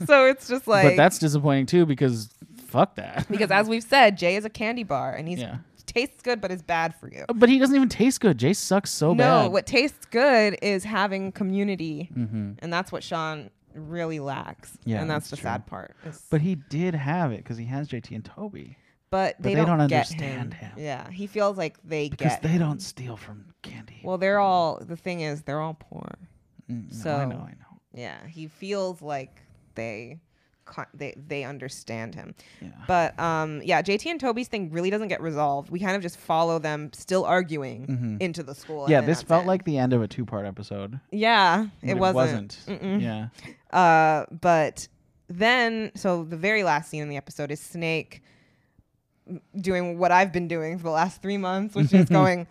S1: so it's just like
S2: but that's disappointing too because fuck that.
S1: because as we've said, Jay is a candy bar and he's
S2: Yeah.
S1: tastes good but is bad for you.
S2: But he doesn't even taste good. Jay sucks so
S1: no,
S2: bad.
S1: what tastes good is having community, and that's what Sean really lacks.
S2: Mm-hmm. Yeah,
S1: and that's,
S2: that's
S1: the
S2: true.
S1: sad part. is-
S2: But he did have it because he has JT and Toby.
S1: but they,
S2: they
S1: don't,
S2: don't
S1: get
S2: understand
S1: him.
S2: him.
S1: Yeah, he feels like they
S2: Because
S1: get.
S2: they don't steal from Candy.
S1: well, they're all the thing is they're all poor.
S2: Mm, no, I
S1: so-
S2: know, I know.
S1: Yeah, he feels like they con- they they understand him.
S2: Yeah.
S1: But um yeah, JT and Toby's thing really doesn't get resolved. We kind of just follow them still arguing into the school. and
S2: Mm-hmm. yeah,
S1: then
S2: this
S1: that's
S2: felt
S1: it.
S2: like the end of a two part episode.
S1: yeah,
S2: but
S1: it wasn't.
S2: wasn't. Yeah.
S1: Uh but then so the very last scene in the episode is Snake doing what I've been doing for the last 3 months, which is going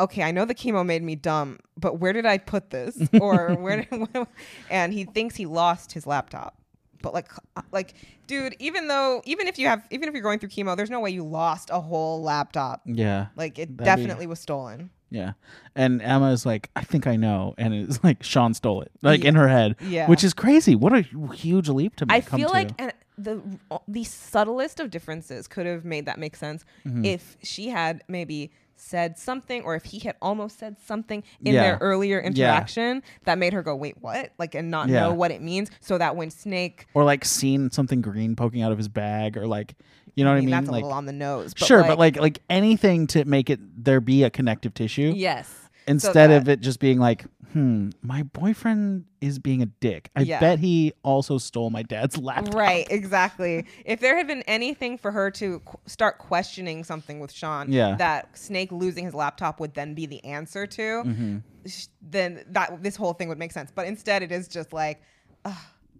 S1: okay, I know the chemo made me dumb, but where did I put this? Or where? Did, and he thinks he lost his laptop. But like, uh, like, dude, even though, even if you have, even if you're going through chemo, there's no way you lost a whole laptop.
S2: Yeah.
S1: Like, it
S2: That'd be-
S1: definitely was stolen.
S2: Yeah. And Emma is like, I think I know. And it's like, Sean stole it, like in her head.
S1: Yeah.
S2: Which is crazy. What a huge leap to
S1: I
S2: come
S1: feel
S2: to.
S1: like and the the subtlest of differences could have made that make sense
S2: Mm-hmm.
S1: if she had maybe said something or if he had almost said something in
S2: Yeah.
S1: their earlier interaction that made her go wait what like and not
S2: Yeah.
S1: know what it means so that when snake
S2: or like seen something green poking out of his bag or like, you know what I mean?
S1: that's
S2: like,
S1: a little on the nose.
S2: sure, but like, like anything to make it there be a connective tissue.
S1: yes,
S2: instead of it just being like, hmm, my boyfriend is being a dick. I
S1: Yeah.
S2: bet he also stole my dad's laptop.
S1: right, exactly. if there had been anything for her to qu- start questioning something with Sean,
S2: Yeah.
S1: that Snake losing his laptop would then be the answer to,
S2: Mm-hmm.
S1: sh- then that this whole thing would make sense. But instead, it is just like. "Ugh,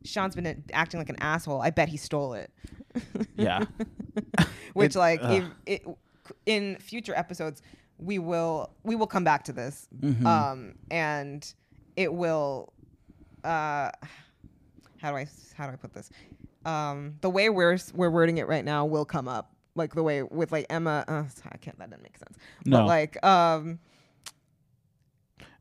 S1: Sean's been acting like an asshole. I bet he stole it.
S2: Yeah.
S1: Which,
S2: It-
S1: like,
S2: ugh.
S1: if it, in future episodes, we will we will come back to this,
S2: Mm-hmm.
S1: um, and it will. Uh, how do I how do I put this? Um, the way we're s- we're wording it right now will come up, like the way with like Emma. Uh, I can't. That doesn't make sense.
S2: No.
S1: But like, um,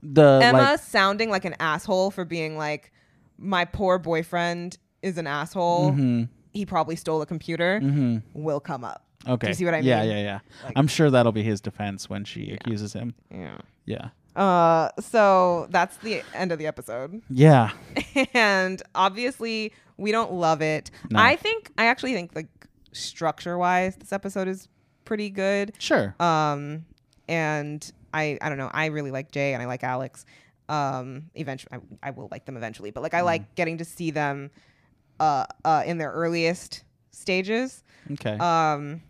S2: The
S1: Emma
S2: like,
S1: sounding like an asshole for being like, my poor boyfriend is an asshole.
S2: Mm-hmm.
S1: He probably stole a computer. Will come up.
S2: okay.
S1: Do you see what I
S2: yeah,
S1: mean?
S2: Yeah, yeah,
S1: Like-
S2: I'm sure that'll be his defense when she accuses him.
S1: Yeah.
S2: Yeah.
S1: Uh, so that's the end of the episode.
S2: Yeah.
S1: and obviously, we don't love it.
S2: No.
S1: I think, I actually think, like, structure wise, this episode is pretty good.
S2: Sure.
S1: Um, and I, I don't know. I really like Jay and I like Alex. Um, eventually, I, I will like them eventually, but
S2: Mm.
S1: like I like getting to see them, uh, uh, in their earliest stages.
S2: okay.
S1: Um,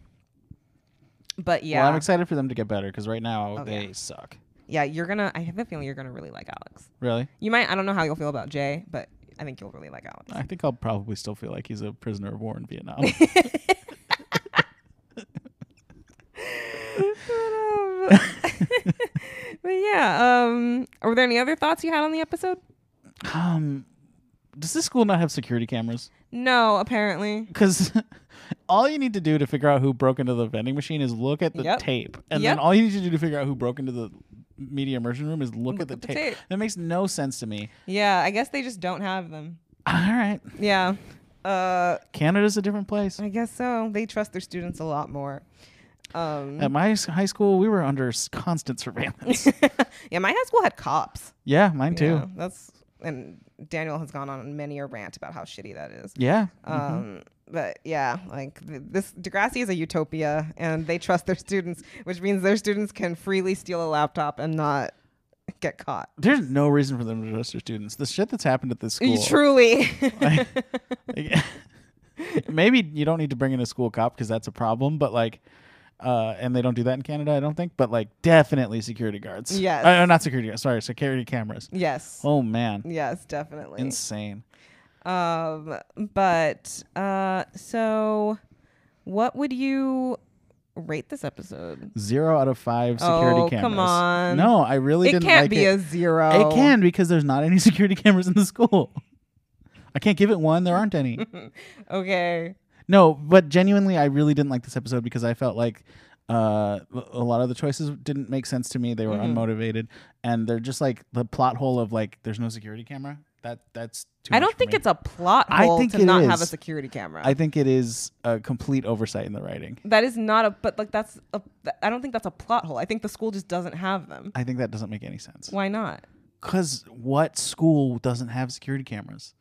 S1: but yeah,
S2: Well, I'm excited for them to get better because right now
S1: Oh,
S2: they
S1: yeah.
S2: suck.
S1: yeah, you're gonna. I have a feeling you're gonna really like Alex.
S2: Really?
S1: You might. I don't know how you'll feel about Jay, but I think you'll really like Alex.
S2: I think I'll probably still feel like he's a prisoner of war in Vietnam.
S1: But, um, but yeah. Um, were there any other thoughts you had on the episode?
S2: um, does this school not have security cameras?
S1: No, apparently.
S2: Because all you need to do to figure out who broke into the vending machine is look at the
S1: Yep.
S2: tape, and
S1: Yep.
S2: then all you need to do to figure out who broke into the media immersion room is look, at the tape. That makes no sense to me.
S1: Yeah, I guess they just don't have them.
S2: All right,
S1: Yeah. Uh,
S2: Canada's a different place.
S1: I guess so. They trust their students a lot more. Um,
S2: At my s- high school, we were under s- constant surveillance.
S1: yeah, my high school had cops.
S2: yeah, mine too.
S1: Yeah, that's and Daniel has gone on many a rant about how shitty that is.
S2: Yeah. Uh,
S1: Um, but yeah, like th- this Degrassi is a utopia, and they trust their students, which means their students can freely steal a laptop and not get caught.
S2: There's no reason for them to trust their students. The shit that's happened at this school.
S1: Truly,
S2: Like, maybe you don't need to bring in a school cop because that's a problem, but like, uh, and they don't do that in Canada, I don't think. But like, definitely security guards.
S1: Yes.
S2: Uh, not security. guards, Sorry, security cameras.
S1: yes,
S2: Oh man,
S1: yes, definitely.
S2: insane.
S1: Um, but uh, so what would you rate this episode?
S2: Zero out of five security
S1: Oh,
S2: cameras.
S1: come on.
S2: No, I really
S1: It
S2: didn't
S1: can't
S2: like
S1: be
S2: it.
S1: a zero.
S2: It can because there's not any security cameras in the school. I can't give it one. There aren't any.
S1: Okay.
S2: No, but genuinely, I really didn't like this episode because I felt like uh, a lot of the choices didn't make sense to me. They were
S1: Mm-hmm.
S2: unmotivated, and they're just like the plot hole of like there's no security camera. That that's too.
S1: I don't think it's a plot
S2: I
S1: hole
S2: think
S1: to
S2: it
S1: not have a
S2: is.
S1: security camera.
S2: I think it is a complete oversight in the writing.
S1: that is not a but like that's a th- I don't think that's a plot hole. I think the school just doesn't have them.
S2: I think that doesn't make any sense.
S1: Why not?
S2: Because what school doesn't have security cameras?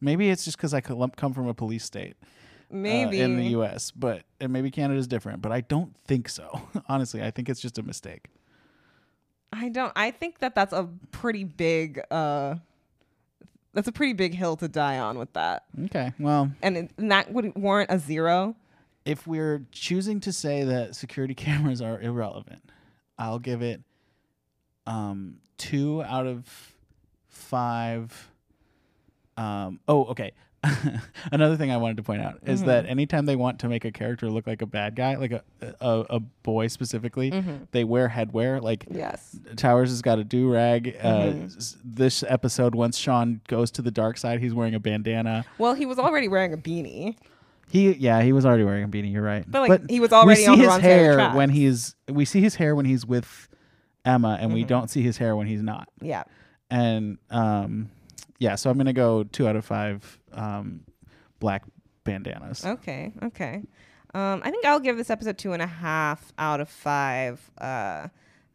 S2: Maybe it's just because I could lump- come from a police state uh,
S1: Maybe
S2: in the U.S., but and maybe Canada's different. But I don't think so. Honestly, I think it's just a mistake.
S1: I don't I think that that's a pretty big uh that's a pretty big hill to die on with that.
S2: Okay, well,
S1: And, it, and that would warrant a zero.
S2: if we're choosing to say that security cameras are irrelevant, I'll give it um two out of five. Um, oh, okay. Another thing I wanted to point out is that anytime they want to make a character look like a bad guy, like a a, a boy specifically, they wear headwear. Like
S1: Yes.
S2: Towers has got a do rag. Uh, s- This episode, once Sean goes to the dark side, he's wearing a bandana.
S1: Well, he was already wearing a beanie.
S2: He yeah, he was already wearing a beanie. You're right.
S1: But, like, he was already
S2: we see
S1: on the
S2: his
S1: wrong side of the
S2: hair
S1: tracks.
S2: when he's we see his hair when he's with Emma, and
S1: Mm-hmm.
S2: we don't see his hair when he's not.
S1: Yeah.
S2: And um, yeah, so I'm gonna go two out of five um, black bandanas.
S1: Okay. Okay. Um, I think I'll give this episode two and a half out of five uh,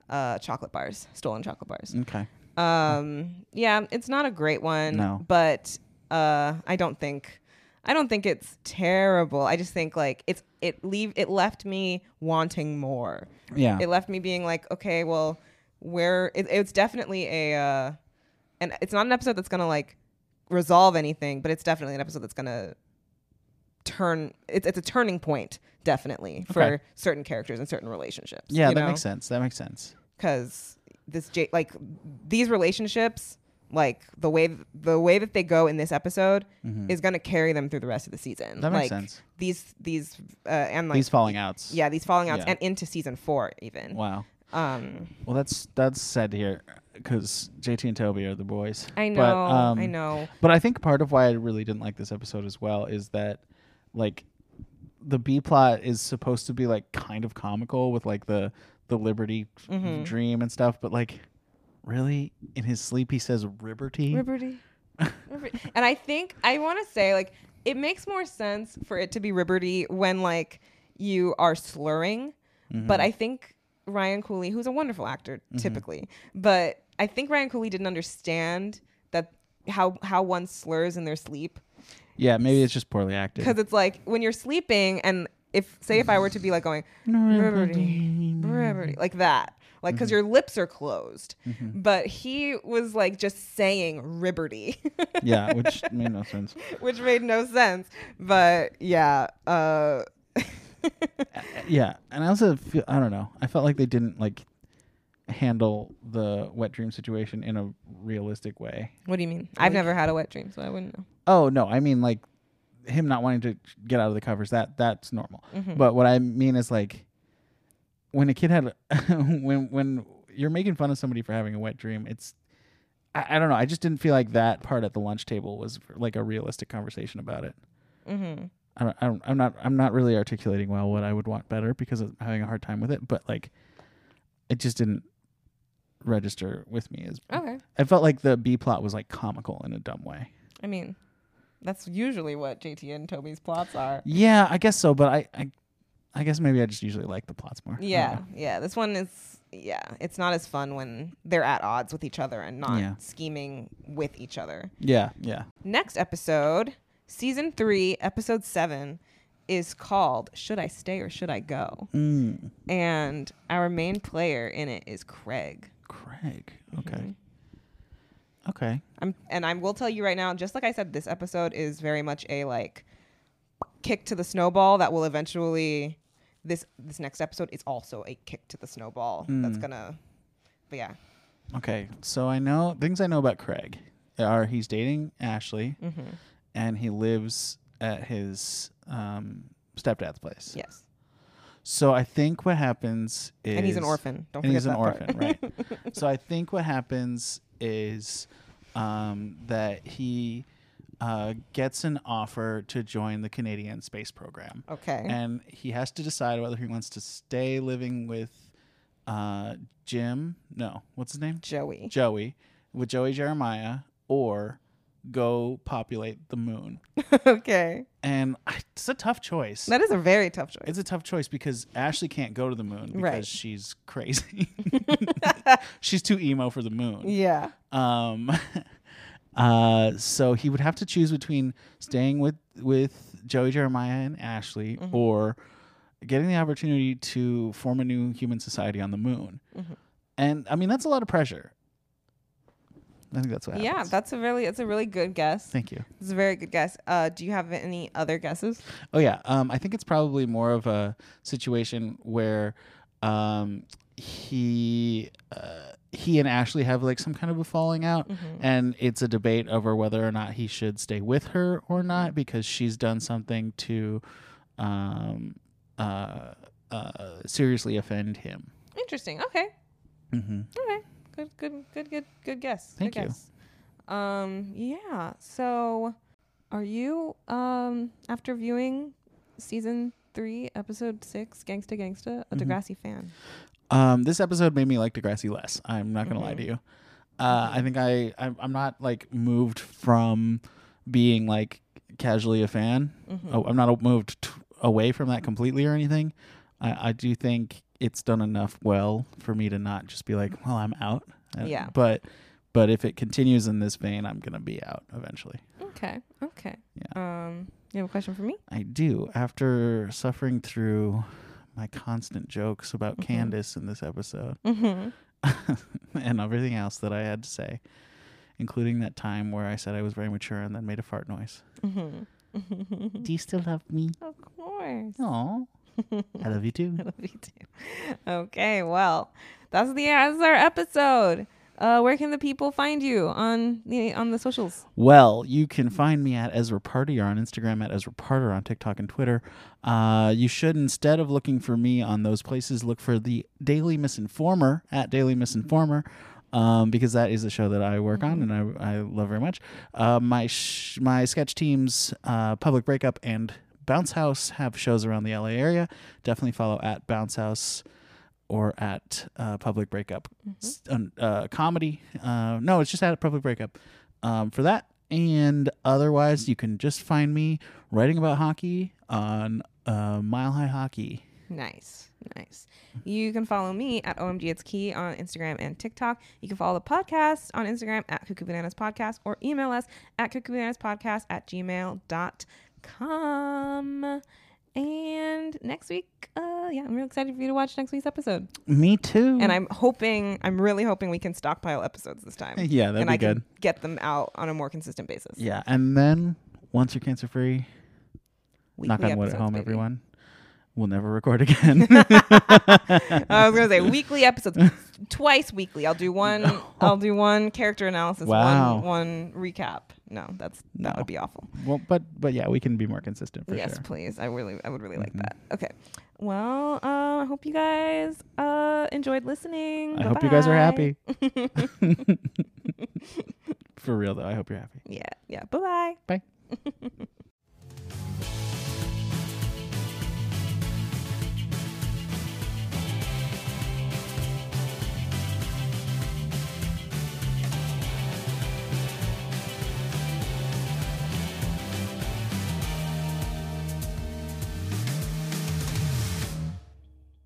S1: uh, chocolate bars, stolen chocolate bars.
S2: Okay.
S1: Um, yeah, it's not a great one,
S2: No.
S1: but uh, I don't think I don't think it's terrible. I just think like it's it leave it left me wanting more.
S2: Yeah.
S1: It left me being like, okay, well, where it, it's definitely a uh, and it's not an episode that's gonna like resolve anything, but it's definitely an episode that's gonna turn it's, it's a turning point definitely for
S2: Okay.
S1: certain characters and certain relationships
S2: yeah,
S1: you
S2: that
S1: know?
S2: makes sense. That makes sense.
S1: because this J- like these relationships like the way the way that they go in this episode is going to carry them through the rest of the season.
S2: Mm-hmm. That makes
S1: like,
S2: sense.
S1: These these uh, and like
S2: These falling outs.
S1: yeah these falling outs
S2: Yeah.
S1: and into season four even.
S2: Wow.
S1: Um,
S2: Well, that's that's sad to hear because JT and Toby are the boys.
S1: I know,
S2: But, um,
S1: I know.
S2: But I think part of why I really didn't like this episode as well is that, like, the B plot is supposed to be like kind of comical with like the the Liberty dream and stuff, but like, really, in his sleep he says Liberty.
S1: Liberty. Liberty. and I think I want to say like it makes more sense for it to be Liberty when like you are slurring, but I think Ryan Cooley, who's a wonderful actor typically, but I think Ryan Cooley didn't understand that how how one slurs in their sleep
S2: yeah, maybe it's just poorly acted.
S1: because it's like when you're sleeping and if say if I were to be like going Liberty, Liberty, like that. Like, because your lips are closed, but he was like just saying "liberty,"
S2: yeah, which made no sense.
S1: which made no sense. But yeah, uh,
S2: Yeah, and I also feel I don't know. I felt like they didn't like handle the wet dream situation in a realistic way.
S1: what do you mean? I've never had a wet dream, so I wouldn't know.
S2: Oh no, I mean like him not wanting to get out of the covers. That that's normal. But what I mean is like when a kid had when when you're making fun of somebody for having a wet dream, it's I, I don't know. I just didn't feel like that part at the lunch table was like a realistic conversation about it. I don't, I don't, I'm not I'm not really articulating well what I would want better because I'm having a hard time with it. But like, it just didn't register with me as
S1: Okay,
S2: I felt like the B plot was like comical in a dumb way.
S1: I mean, that's usually what JT and Toby's plots are.
S2: Yeah, I guess so, but I, I, I guess maybe I just usually like the plots more. I don't
S1: Yeah,
S2: know.
S1: yeah. This one is yeah. It's not as fun when they're at odds with each other and not
S2: Yeah.
S1: scheming with each other.
S2: Yeah, yeah.
S1: Next episode, season three, episode seven, is called Should I Stay or Should I Go?
S2: Mm,
S1: And our main player in it is Craig.
S2: Craig.
S1: Mm-hmm.
S2: Okay. Okay.
S1: I'm, and I will tell you right now, just like I said, this episode is very much a like kick to the snowball that will eventually. This this next episode is also a kick to the snowball
S2: Hmm.
S1: that's gonna. But yeah,
S2: Okay. So I know things I know about Craig are he's dating Ashley,
S1: Mm-hmm.
S2: and he lives at his um, stepdad's place.
S1: yes.
S2: So I think what happens is
S1: And he's an orphan. Don't
S2: and he's an
S1: forget
S2: orphan, right? so I think what happens is um, that he uh, gets an offer to join the Canadian space program,
S1: Okay.
S2: and he has to decide whether he wants to stay living with uh, Jim. No, what's his name?
S1: Joey.
S2: Joey, with Joey Jeremiah, or go populate the moon.
S1: okay.
S2: And it's a tough choice.
S1: That is a very tough choice.
S2: It's a tough choice because Ashley can't go to the moon because
S1: Right.
S2: she's crazy. she's too emo for the moon.
S1: yeah.
S2: Um, uh, so he would have to choose between staying with with Joey Jeremiah and Ashley
S1: Mm-hmm.
S2: or getting the opportunity to form a new human society on the moon.
S1: Mm-hmm.
S2: And I mean that's a lot of pressure. I think that's what
S1: Yeah,
S2: happens.
S1: that's a really it's a really good guess.
S2: Thank you.
S1: It's a very good guess. Uh, do you have any other guesses?
S2: Oh yeah, um, I think it's probably more of a situation where um, he uh, he and Ashley have like some kind of a falling out, and it's a debate over whether or not he should stay with her or not because she's done something to um, uh, uh, seriously offend him.
S1: Interesting. Okay.
S2: hmm
S1: Okay. Good. Good. Good. Good. Good guess.
S2: Thank
S1: good
S2: you.
S1: Guess. Um. Yeah. So, are you um after viewing season three, episode six, Gangsta Gangsta,
S2: Mm-hmm.
S1: a Degrassi fan?
S2: Um, this episode made me like Degrassi less. I'm not gonna lie to you. Uh, I think I I'm, I'm not like moved from being like casually a fan. Oh, I'm not moved t- away from that completely or anything. I, I do think it's done enough well for me to not just be like, well, I'm out. Uh,
S1: Yeah.
S2: But but if it continues in this vein, I'm gonna be out eventually.
S1: Okay. Okay. Yeah. Um. You have a question for me?
S2: I do. After suffering through my constant jokes about Candace in this episode and everything else that I had to say, including that time where I said I was very mature and then made a fart noise. do you still love me?
S1: Of course.
S2: No. I love you too.
S1: Me too. Okay, well, that's the that's our episode. Uh, where can the people find you on the on the socials?
S2: Well, you can find me at Ezra Partier on Instagram, at Ezra Parter on TikTok and Twitter. Uh, you should, instead of looking for me on those places, look for the Daily Misinformer at Daily Misinformer. Um, because that is a show that I work on and I, I love very much. Uh, my sh- my sketch teams, uh, Public Breakup and Bounce House, have shows around the LA area. Definitely follow at Bounce House or at uh, Public Breakup
S1: Mm-hmm.
S2: S- um, uh, Comedy. Uh, no, it's just at Public Breakup um, for that. And otherwise, you can just find me writing about hockey on uh, Mile High Hockey.
S1: Nice, nice. You can follow me at OMG It's Key on Instagram and TikTok. You can follow the podcast on Instagram at Cuckoo Bananas Podcast or email us at Cuckoo Bananas Podcast at gmail.com. And next week, uh, yeah, I'm real excited for you to watch next week's episode.
S2: Me too.
S1: And I'm hoping, I'm really hoping we can stockpile episodes this time.
S2: Yeah, that'd
S1: and
S2: be
S1: I
S2: good.
S1: Can get them out on a more consistent basis.
S2: yeah, and then once you're cancer free,
S1: Weekly
S2: knock on wood at
S1: episodes,
S2: home,
S1: baby.
S2: everyone. We'll never record again.
S1: I was gonna say weekly episodes, twice weekly. I'll do one. I'll do one character analysis.
S2: Wow.
S1: One, one recap. No, that's that
S2: No.
S1: would be awful.
S2: well, but but yeah, we can be more consistent for
S1: yes,
S2: sure. Mm-hmm.
S1: please. I really, I would really like that. Okay. Well, um, I hope you guys uh, enjoyed listening.
S2: I hope you guys are
S1: Bye-bye.
S2: happy. for real though, I hope you're happy.
S1: Yeah. Yeah. Bye bye.
S2: Bye.